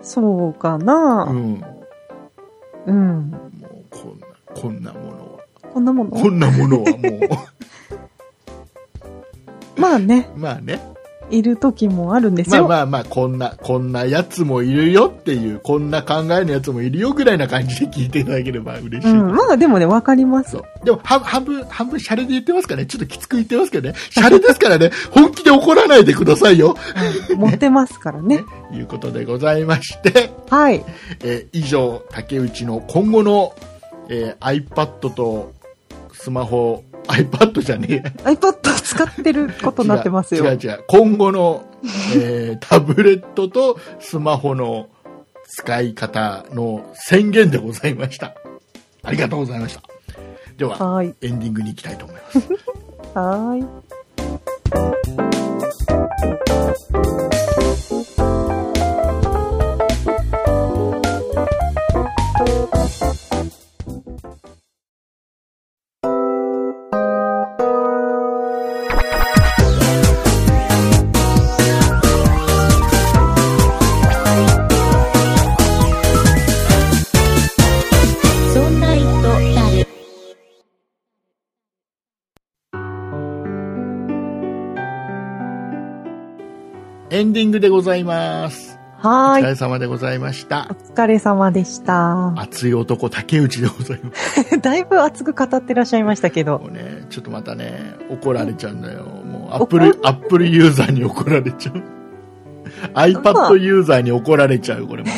そうかうな、んもうん、うこんなこんなものはこんなものこんなものはもまあね。 うまあねいる時もあるんですまあよ。まあまあ、こんな、こんなやつもいるよっていう、こんな考えのやつもいるよぐらいな感じで聞いていただければ嬉しい。うん、まだでもね、わかりますそ。う。でも、半半分、半分シャレで言ってますからね。ちょっときつく言ってますけどね。シャレですからね、本気で怒らないでくださいよ。うん持ってますからね。ということでございまして、はい。えー以上、竹内の今後の、えー iPad とスマホ、iPad じゃねえや iPad 使ってることになってますよ。違う違う違う。今後の、え ータブレットとスマホの使い方の宣言でございました。ありがとうございました。では、はい。エンディングに行きたいと思います。はそんな糸だる。エンディングでございます。い。おは疲ーい。れ様でございましたお。疲れ様でした。 熱い男、竹内でございます。だいぶ熱く語ってらっしゃいましたけど。もうね、ちょっとまたね、怒られちゃうんだよ。もう、アップル、アップルユーザーに怒られちゃう。iPad ユーザーに怒られちゃう、これまた。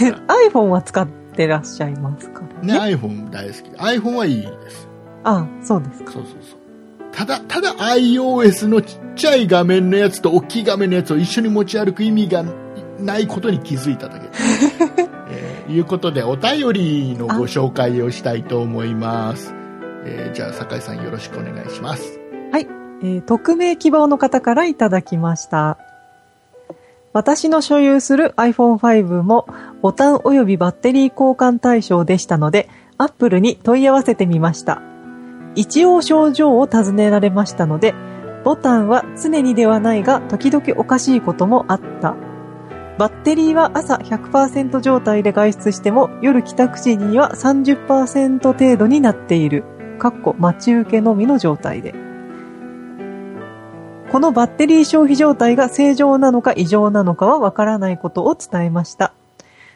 iPhone は使ってらっしゃいますからね、 ね。 iPhone 大好き。iPhone はいいです。あ、そうですか。そうそうそう。ただ、ただ iOS のちっちゃい画面のやつと大きい画面のやつを一緒に持ち歩く意味がないことに気づいただけ。えーいうことで、お便りのご紹介をしたいと思います。えーじゃあ、酒井さんよろしくお願いします。えー匿名希望の方からいただきました。私の所有する iPhone5 もボタン及びバッテリー交換対象でしたので、Apple に問い合わせてみました。一応症状を尋ねられましたので、ボタンは常にではないが時々おかしいこともあった。バッテリーは朝100%状態で外出しても夜帰宅時には30%程度になっている。かっこ待ち受けのみの状態で。このバッテリー消費状態が正常なのか異常なのかはわからないことを伝えました。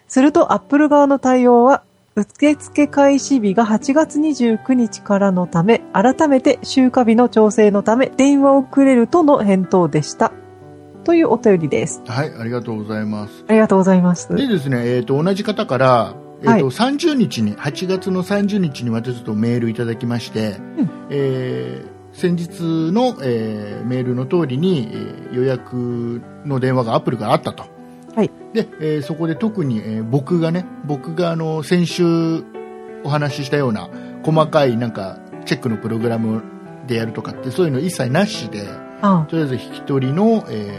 すると Apple 側の対応は、受付開始日が8月29日からのため、改めて集荷日の調整のため電話をくれるとの返答でした。というお便りです。はい、ありがとうございます。ありがとうございます。でですね、えっ、と、同じ方から、えっ、はいと、30日に、8月の30日に私ちょっとメールいただきまして、うんえー先日の、えーメールの通りに、えー予約の電話がアップルからあったと。はいで、えーそこで特に、えー僕がね、僕があの、先週お話ししたような細かいなんか、チェックのプログラムでやるとかって、そういうの一切なしで、あとりあえず引き取りの、え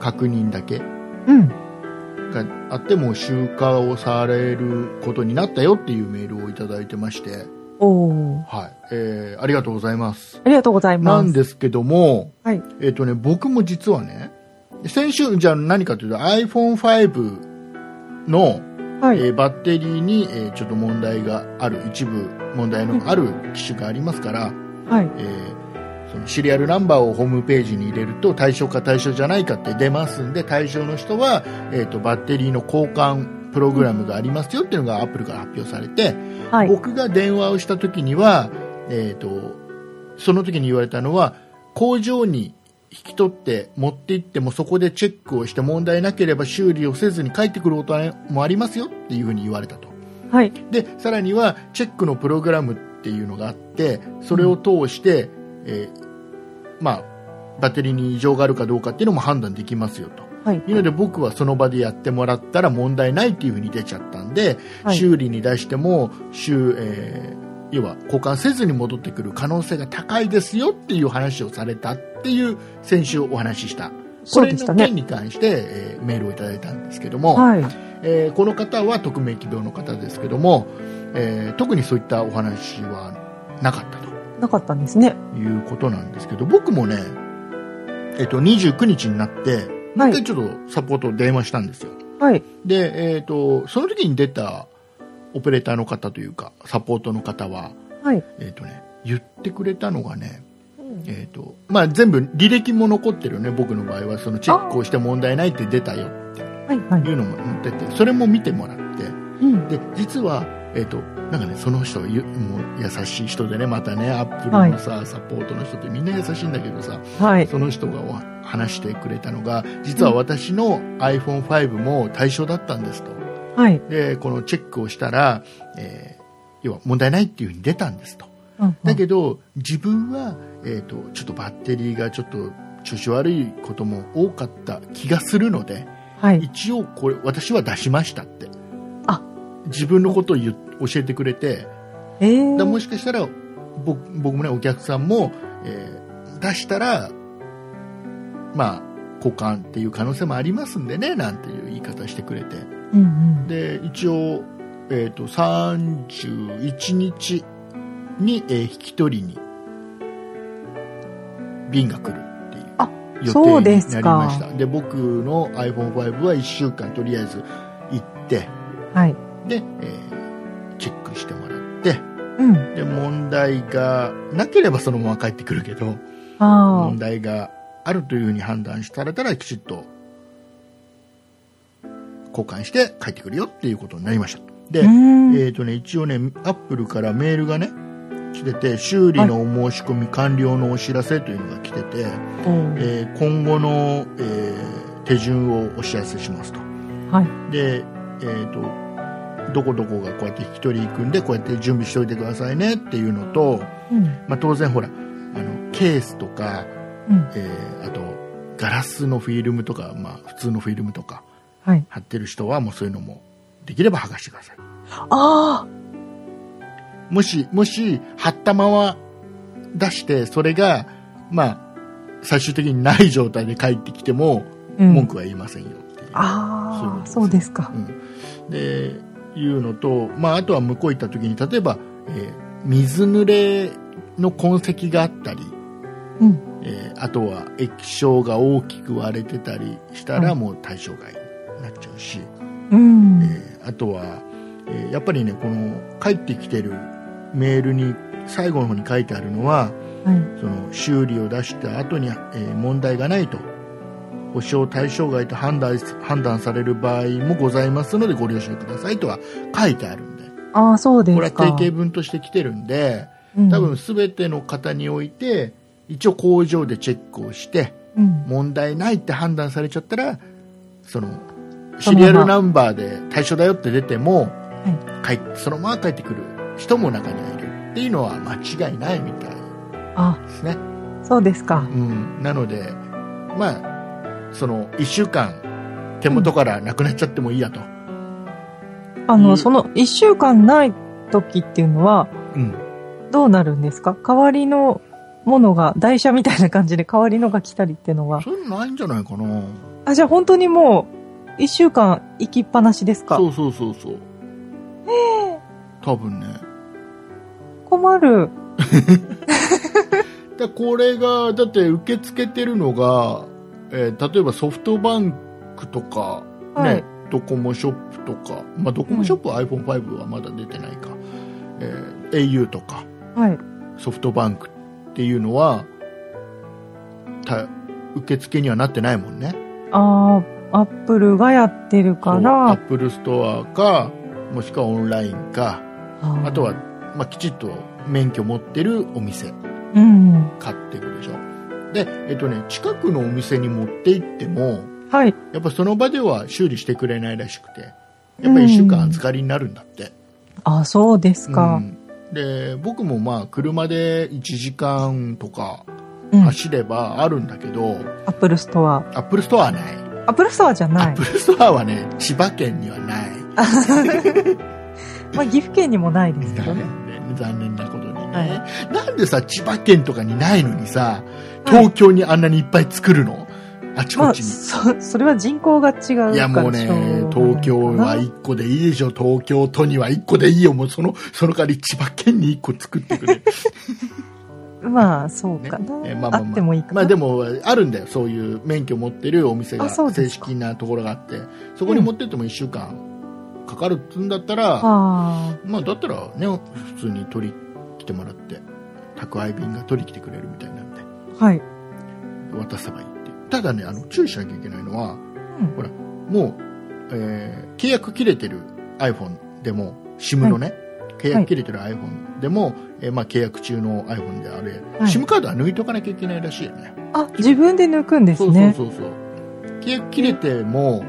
ー確認だけうん。があっても集荷をされることになったよっていうメールをいただいてまして、おー。はいえーありがとうございます。ありがとうございます。なんですけども、はい。えっとね、僕も実はね先週じゃあ何かというと iPhone5 の、はい。えーバッテリーに、えーちょっと問題がある一部問題のある機種がありますから、はい。えーそのシリアルナンバーをホームページに入れると対象か対象じゃないかって出ますんで対象の人は、えー、とバッテリーの交換プログラムがありますよっていうのがアップルから発表されて、はい。僕が電話をした時には、えー、とその時に言われたのは工場に引き取って持って行ってもそこでチェックをして問題なければ修理をせずに帰ってくることもありますよっていうふうに言われたと。はい。でさらにはチェックのプログラムっていうのがあってそれを通して、えーまあ、バッテリーに異常があるかどうかっていうのも判断できますよと。はい。いうので僕はその場でやってもらったら問題ないっていうふうに出ちゃったんで、はい修理に出しても修、えー要は交換せずに戻ってくる可能性が高いですよっていう話をされたっていう先週お話ししたこそうれでしのた件ね。に関して、えーメールをいただいたんですけども、はい。えーこの方は匿名希望の方ですけども、えー特にそういったお話はなかったとなかったんですね。いうことなんですけど僕もね、えっと29日になっては一い回。ちょっとサポートを電話したんですよはい。で、えっとその時に出たオペレーターの方というかサポートの方は、はい。えっとね、言ってくれたのがね、うんえーとまあ、全部履歴も残ってるよね僕の場合はそのチェックをして問題ないって出たよってはいはいいうのも載っててそれも見てもらってうんで実は、えーとなんかね、その人はゆもう優しい人でねまたねアップルのさ、サポートの人ってみんな優しいんだけどさはいその人がお話してくれたのが実は私の iPhone5 も対象だったんですとはいでこのチェックをしたら、えー要は問題ないっていうふうに出たんですと。うんだけど自分は、えー、とちょっとバッテリーがちょっと調子悪いことも多かった気がするのではい一応これ私は出しましたってあ自分のことを言う教えてくれてえーだもしかしたら僕僕もねお客さんも、えー出したらまあ交換っていう可能性もありますんでねなんていう言い方してくれてうんうんで一応、えー、と31日に、えー引き取りに便が来るっていうあ予そう定でにすなかりましたで僕の iPhone5 は1週間とりあえず行ってはいで、えーチェックしてもらってうんで問題がなければそのまま帰ってくるけどあ問題があるというふうに判断されたらきちっと交換して帰ってくるよっていうことになりましたで、あうんえーとね、一応ねアップルからメールがね来てて修理のお申し込み完了のお知らせというのが来てて、うんえー今後の、えー手順をお知らせしますとはいで、えー、とどこどこがこうやって引き取り行くんでこうやって準備しておいてくださいねっていうのと、うんまあ、当然ほらあのケースとか、うんえーあとガラスのフィルムとか、まあ、普通のフィルムとかはい貼ってる人はもうそういうのもできれば剥がしてくださいあもし、もし、貼ったまま出して、それが、まあ、最終的にない状態で帰ってきても、あうん文句は言いませんよっていう、ああそそういうことですうですかうんで、いうのと、まあ、あとは向こう行った時に、例えば、えー水濡れの痕跡があったり、うんえーあとは液晶が大きく割れてたりしたら、はいもう対象外になっちゃうし、うんえーあとは、えーやっぱりねこの帰ってきてるメールに最後の方に書いてあるのははいその修理を出した後に、えー問題がないと保証対象外と判断判断される場合もございますのでご了承くださいとは書いてあるんでああそうでこれはすか定型文として来てるんでうん多分全ての方において一応工場でチェックをしてうん問題ないって判断されちゃったらそのシリアルナンバーで対象だよって出ても、帰っそのまま帰ってくる人も中にはいるっていうのは間違いないみたいあですね、そうですかうん、なのでまあその1週間手元からなくなっちゃってもいいやと、あうのんその一週間ない時っていうのはうん、どうなるんですか代わりのものが、台車みたいな感じで代わりのが来たりっていうのは。そういうのないんじゃないかなあ、じゃあ本当にもう、一週間行きっぱなしですかそうそうそうそう多分ね困る。でこれがだって受け付けてるのが、えー例えばソフトバンクとか、ねはいドコモショップとか、まあ、ドコモショップは iPhone5 はまだ出てないか、えー au とかはい。ソフトバンクっていうのはた受付にはなってないもんねあー、アップルがやってるかアら、ップルストアかもしくはオンラインかああとは、、まあ、きちっと免許持ってるお店うん。買っていくでしょで、えっとね、近くのお店に持って行ってもはい。やっぱその場では修理してくれないらしくてやっぱり1週間預かりになるんだって、あ、そうですうか。んで僕もまあ車で1時間とかうん。ア走ればあるんだけど、ップルストア。アップルストアはない、アップルストアじゃアなッいプ。ルストアはね千葉県にはないまあ、岐阜県にもないですけどね。残念なことにね、はなんでさ千葉県とかにないのにさ東京にあんなにいっぱい作るの、あちまこあ、ちに、そ、それは人口が違うからいやもうねしょうがないか、な東京は1個でいいでしょ、東京都には1個でいいよ、もうその、その代わり千葉県に1個作ってくれ。まあ、そうかな。ねねまあまああまあってもいいかな。まあでも、あるんだよ、そういう免許持ってるお店が、あそう正ですか式なところがあって、そこに持ってっても1週間かかるっつうんだったら、あーまあだったらね、普通に取り来てもらって、宅配便が取り来てくれるみたいなんで。はい。渡せばいいってただねあの注意しなきゃいけないのはうんほらもう、えー契約切れてる iPhone でも SIM のね、契約切れてる iPhone でも、えーまあ、契約中の iPhone であれ、はい SIM カードは抜いとかなきゃいけないらしいよねあ、自分で抜くんですそうね。そうそうそう契約切れても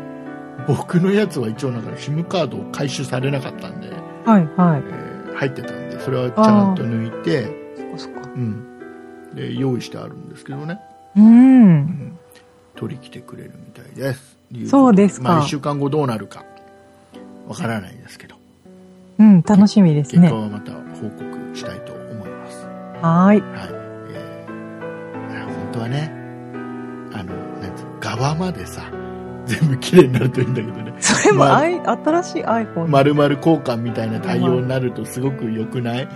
僕のやつは一応なんか SIM カードを回収されなかったんで、はい、はえー入ってたんでそれはちゃんと抜いて、い。そっかそっか。うん、で用意してあるんですけどねうーん。取り来てくれるみたいですそうですかまあ、1週間後どうなるかわからないですけどうん、楽しみです結果ね。はまた報告したいと思います、はーはい。 いえーいや本当はねあのなんつうの側までさ全部綺麗になるといいんだけどねそれも、まああい、新しい iPhone。丸々交換みたいな対応になるとすごく良くない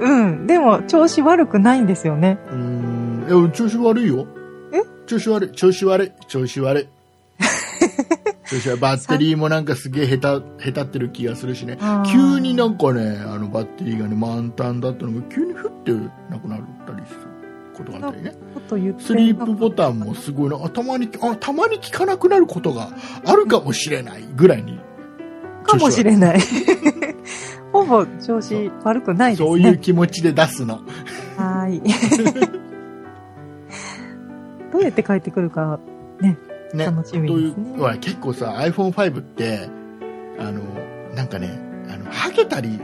うん。でも、調子悪くないんですよね。うーんいや調子悪いよえ調子悪い調子悪い調子 悪い調子悪いバッテリーもなんかすげえ下手下手ってる気がするしねあー急になんかねあのバッテリーがね満タンだったのが急にふってなくなったりすることがあったりねちょっと言ってスリープボタンもすごいなあたまにあたまに効かなくなることがあるかもしれないぐらいにかもしれない。 ほぼ調子悪くないですね。そういう気持ちで出す のはーい。どうやって帰ってくるか、ね楽しみといですねうは結構さ iPhone5 ってあのなんかねあの剥げたり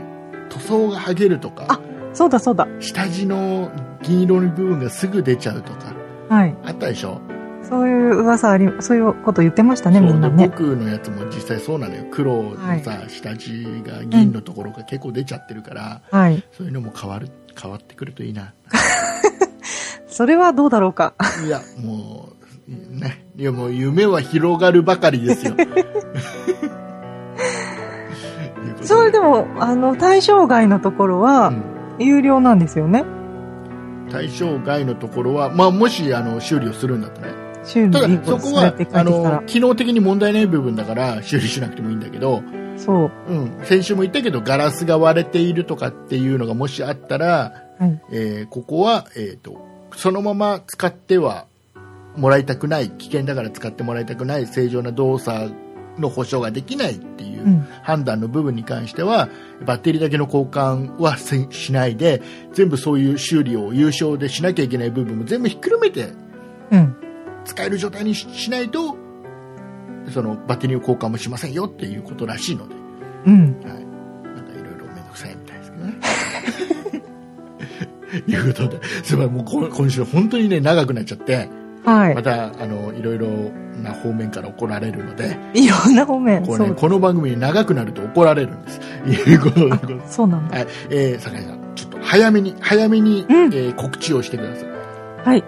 塗装が剥げるとかあそうだそうだ。下地の銀色の部分がすぐ出ちゃうとかはい。あったでしょ、そういう噂あり、そういうこと言ってましたね、みそうんなでね。僕のやつも実際そうなのよ黒のさ、下地が銀のところが結構出ちゃってるから、はい。そういうのも変わる変わってくるといい なそれはどうだろうか。 いやもうねいやもう夢は広がるばかりです よということそれでも、あの、対象外のところうは、ん有料なんですよね。対象外のところは、まあ、もしあの修理をするんだったらね週にた1だ、そ個こされはて帰ってあきたのら。機能的に問題ない部分だから修理しなくてもいいんだけど、そう。うん、先週も言ったけどガラスが割れているとかっていうのがもしあったら、はい。。えーここは、えー、とそのまま使ってはもらいたくない危険だから使ってもらいたくない正常な動作の保証ができないっていううん判断の部分に関してはバッテリーだけの交換はせしないで全部そういう修理を有償でしなきゃいけない部分も全部ひっくるめてうん。使える状態にししないとそのバッテリーの交換もしませんよっていうことらしいので、うん。はい、なんかいろいろ面倒くさいみたいですけどね。 いうことで、すごいもうこ今週本当にね長くなっちゃって、はいま。たあのいろいろな方面から怒られるので、いろんな方面。こそうね、う。この番組長くなると怒られるんです。いうことでございます。そうなんだ。はい、えー、酒井さん、ちょっと早めに、早めに、うんえー告知をしてください。はい。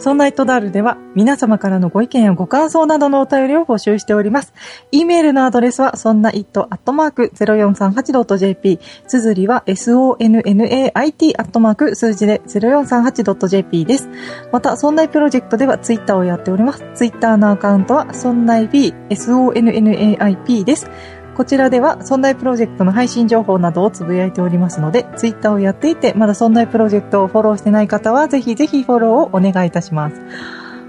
そんなイトダールでは皆様からのご意見やご感想などのお便りを募集しております。e メールのアドレスはそんな it アットマーク 0438.jp。綴りは sonnait アットマーク数字で 0438.jp です。また、そんないプロジェクトではツイッターをやっております。ツイッターのアカウントはそんない b sonnaip です。こちらでは、そんないプロジェクトの配信情報などをつぶやいておりますので、ツイッターをやっていて、まだそんないプロジェクトをフォローしてない方は、ぜひぜひフォローをお願いいたします。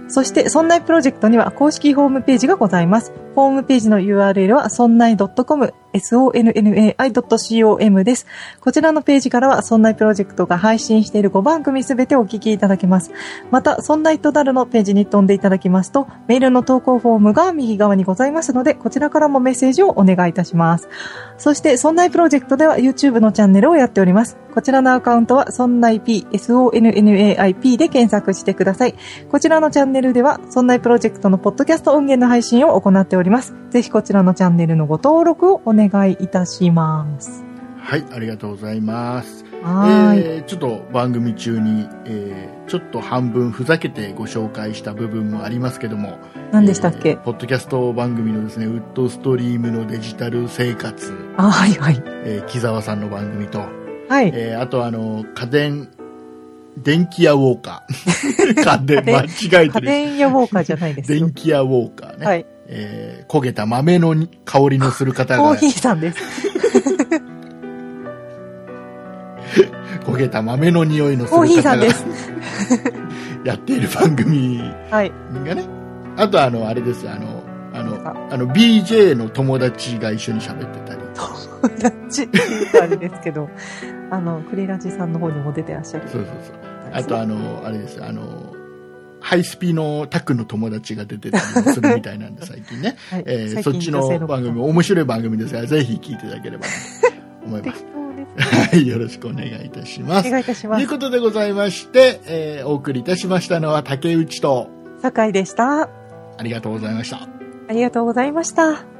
そして、そんないプロジェクトには公式ホームページがございます。ホームページの URL は、そんない .com、sonnai.com です。こちらのページからは、そんないプロジェクトが配信している5番組すべてお聞きいただけます。また、そんないとだるのページに飛んでいただきますと、メールの投稿フォームが右側にございますので、こちらからもメッセージをお願いいたします。そして、そんないプロジェクトでは YouTube のチャンネルをやっております。こちらのアカウントは、そんない P、SONNAIP で検索してください。こちらのチャンネルでは、そんないプロジェクトのポッドキャスト音源の配信を行っております。ぜひこちらのチャンネルのご登録をお願いいたします。はい、ありがとうございます。はーい。えーちょっと番組中に、えーちょっと半分ふざけてご紹介した部分もありますけども、何でしたっえけーポッドキャスト番組のですね、ウッドストリームのデジタル生活、あ、はいはい。えー木澤さんの番組と、はい。えーあとあの、家電、電気屋ウォーカ ー。家電、間違え家てる。電予防家じゃないですよ電。気屋ウォーカーね。はい。えー焦げた豆のに香りのする方コーがヒーさんです。焦げた豆の匂いのすコーるヒー方さんがです。やっている番組はい。がねあとあのあれですあのああのあの BJ の友達が一緒に喋ってたりダッチって言うとあれですけど、あの、クリラジさんの方にも出てらっしゃるそうそうそう方であすね。とあのあれですあのハイスピのタクの友達が出てたりもするみたいなんで最近ね、 はいえー最そ近っち女性の番組面白い番組ですがぜひ聞いていただければ と思いま適す当ですね。はいよろしくお願いいたしまおす願いいたしと まいうす。ことでございまして、えーお送りいたしましたのは竹内と酒井でした。ありがとうございましたありがとうございました。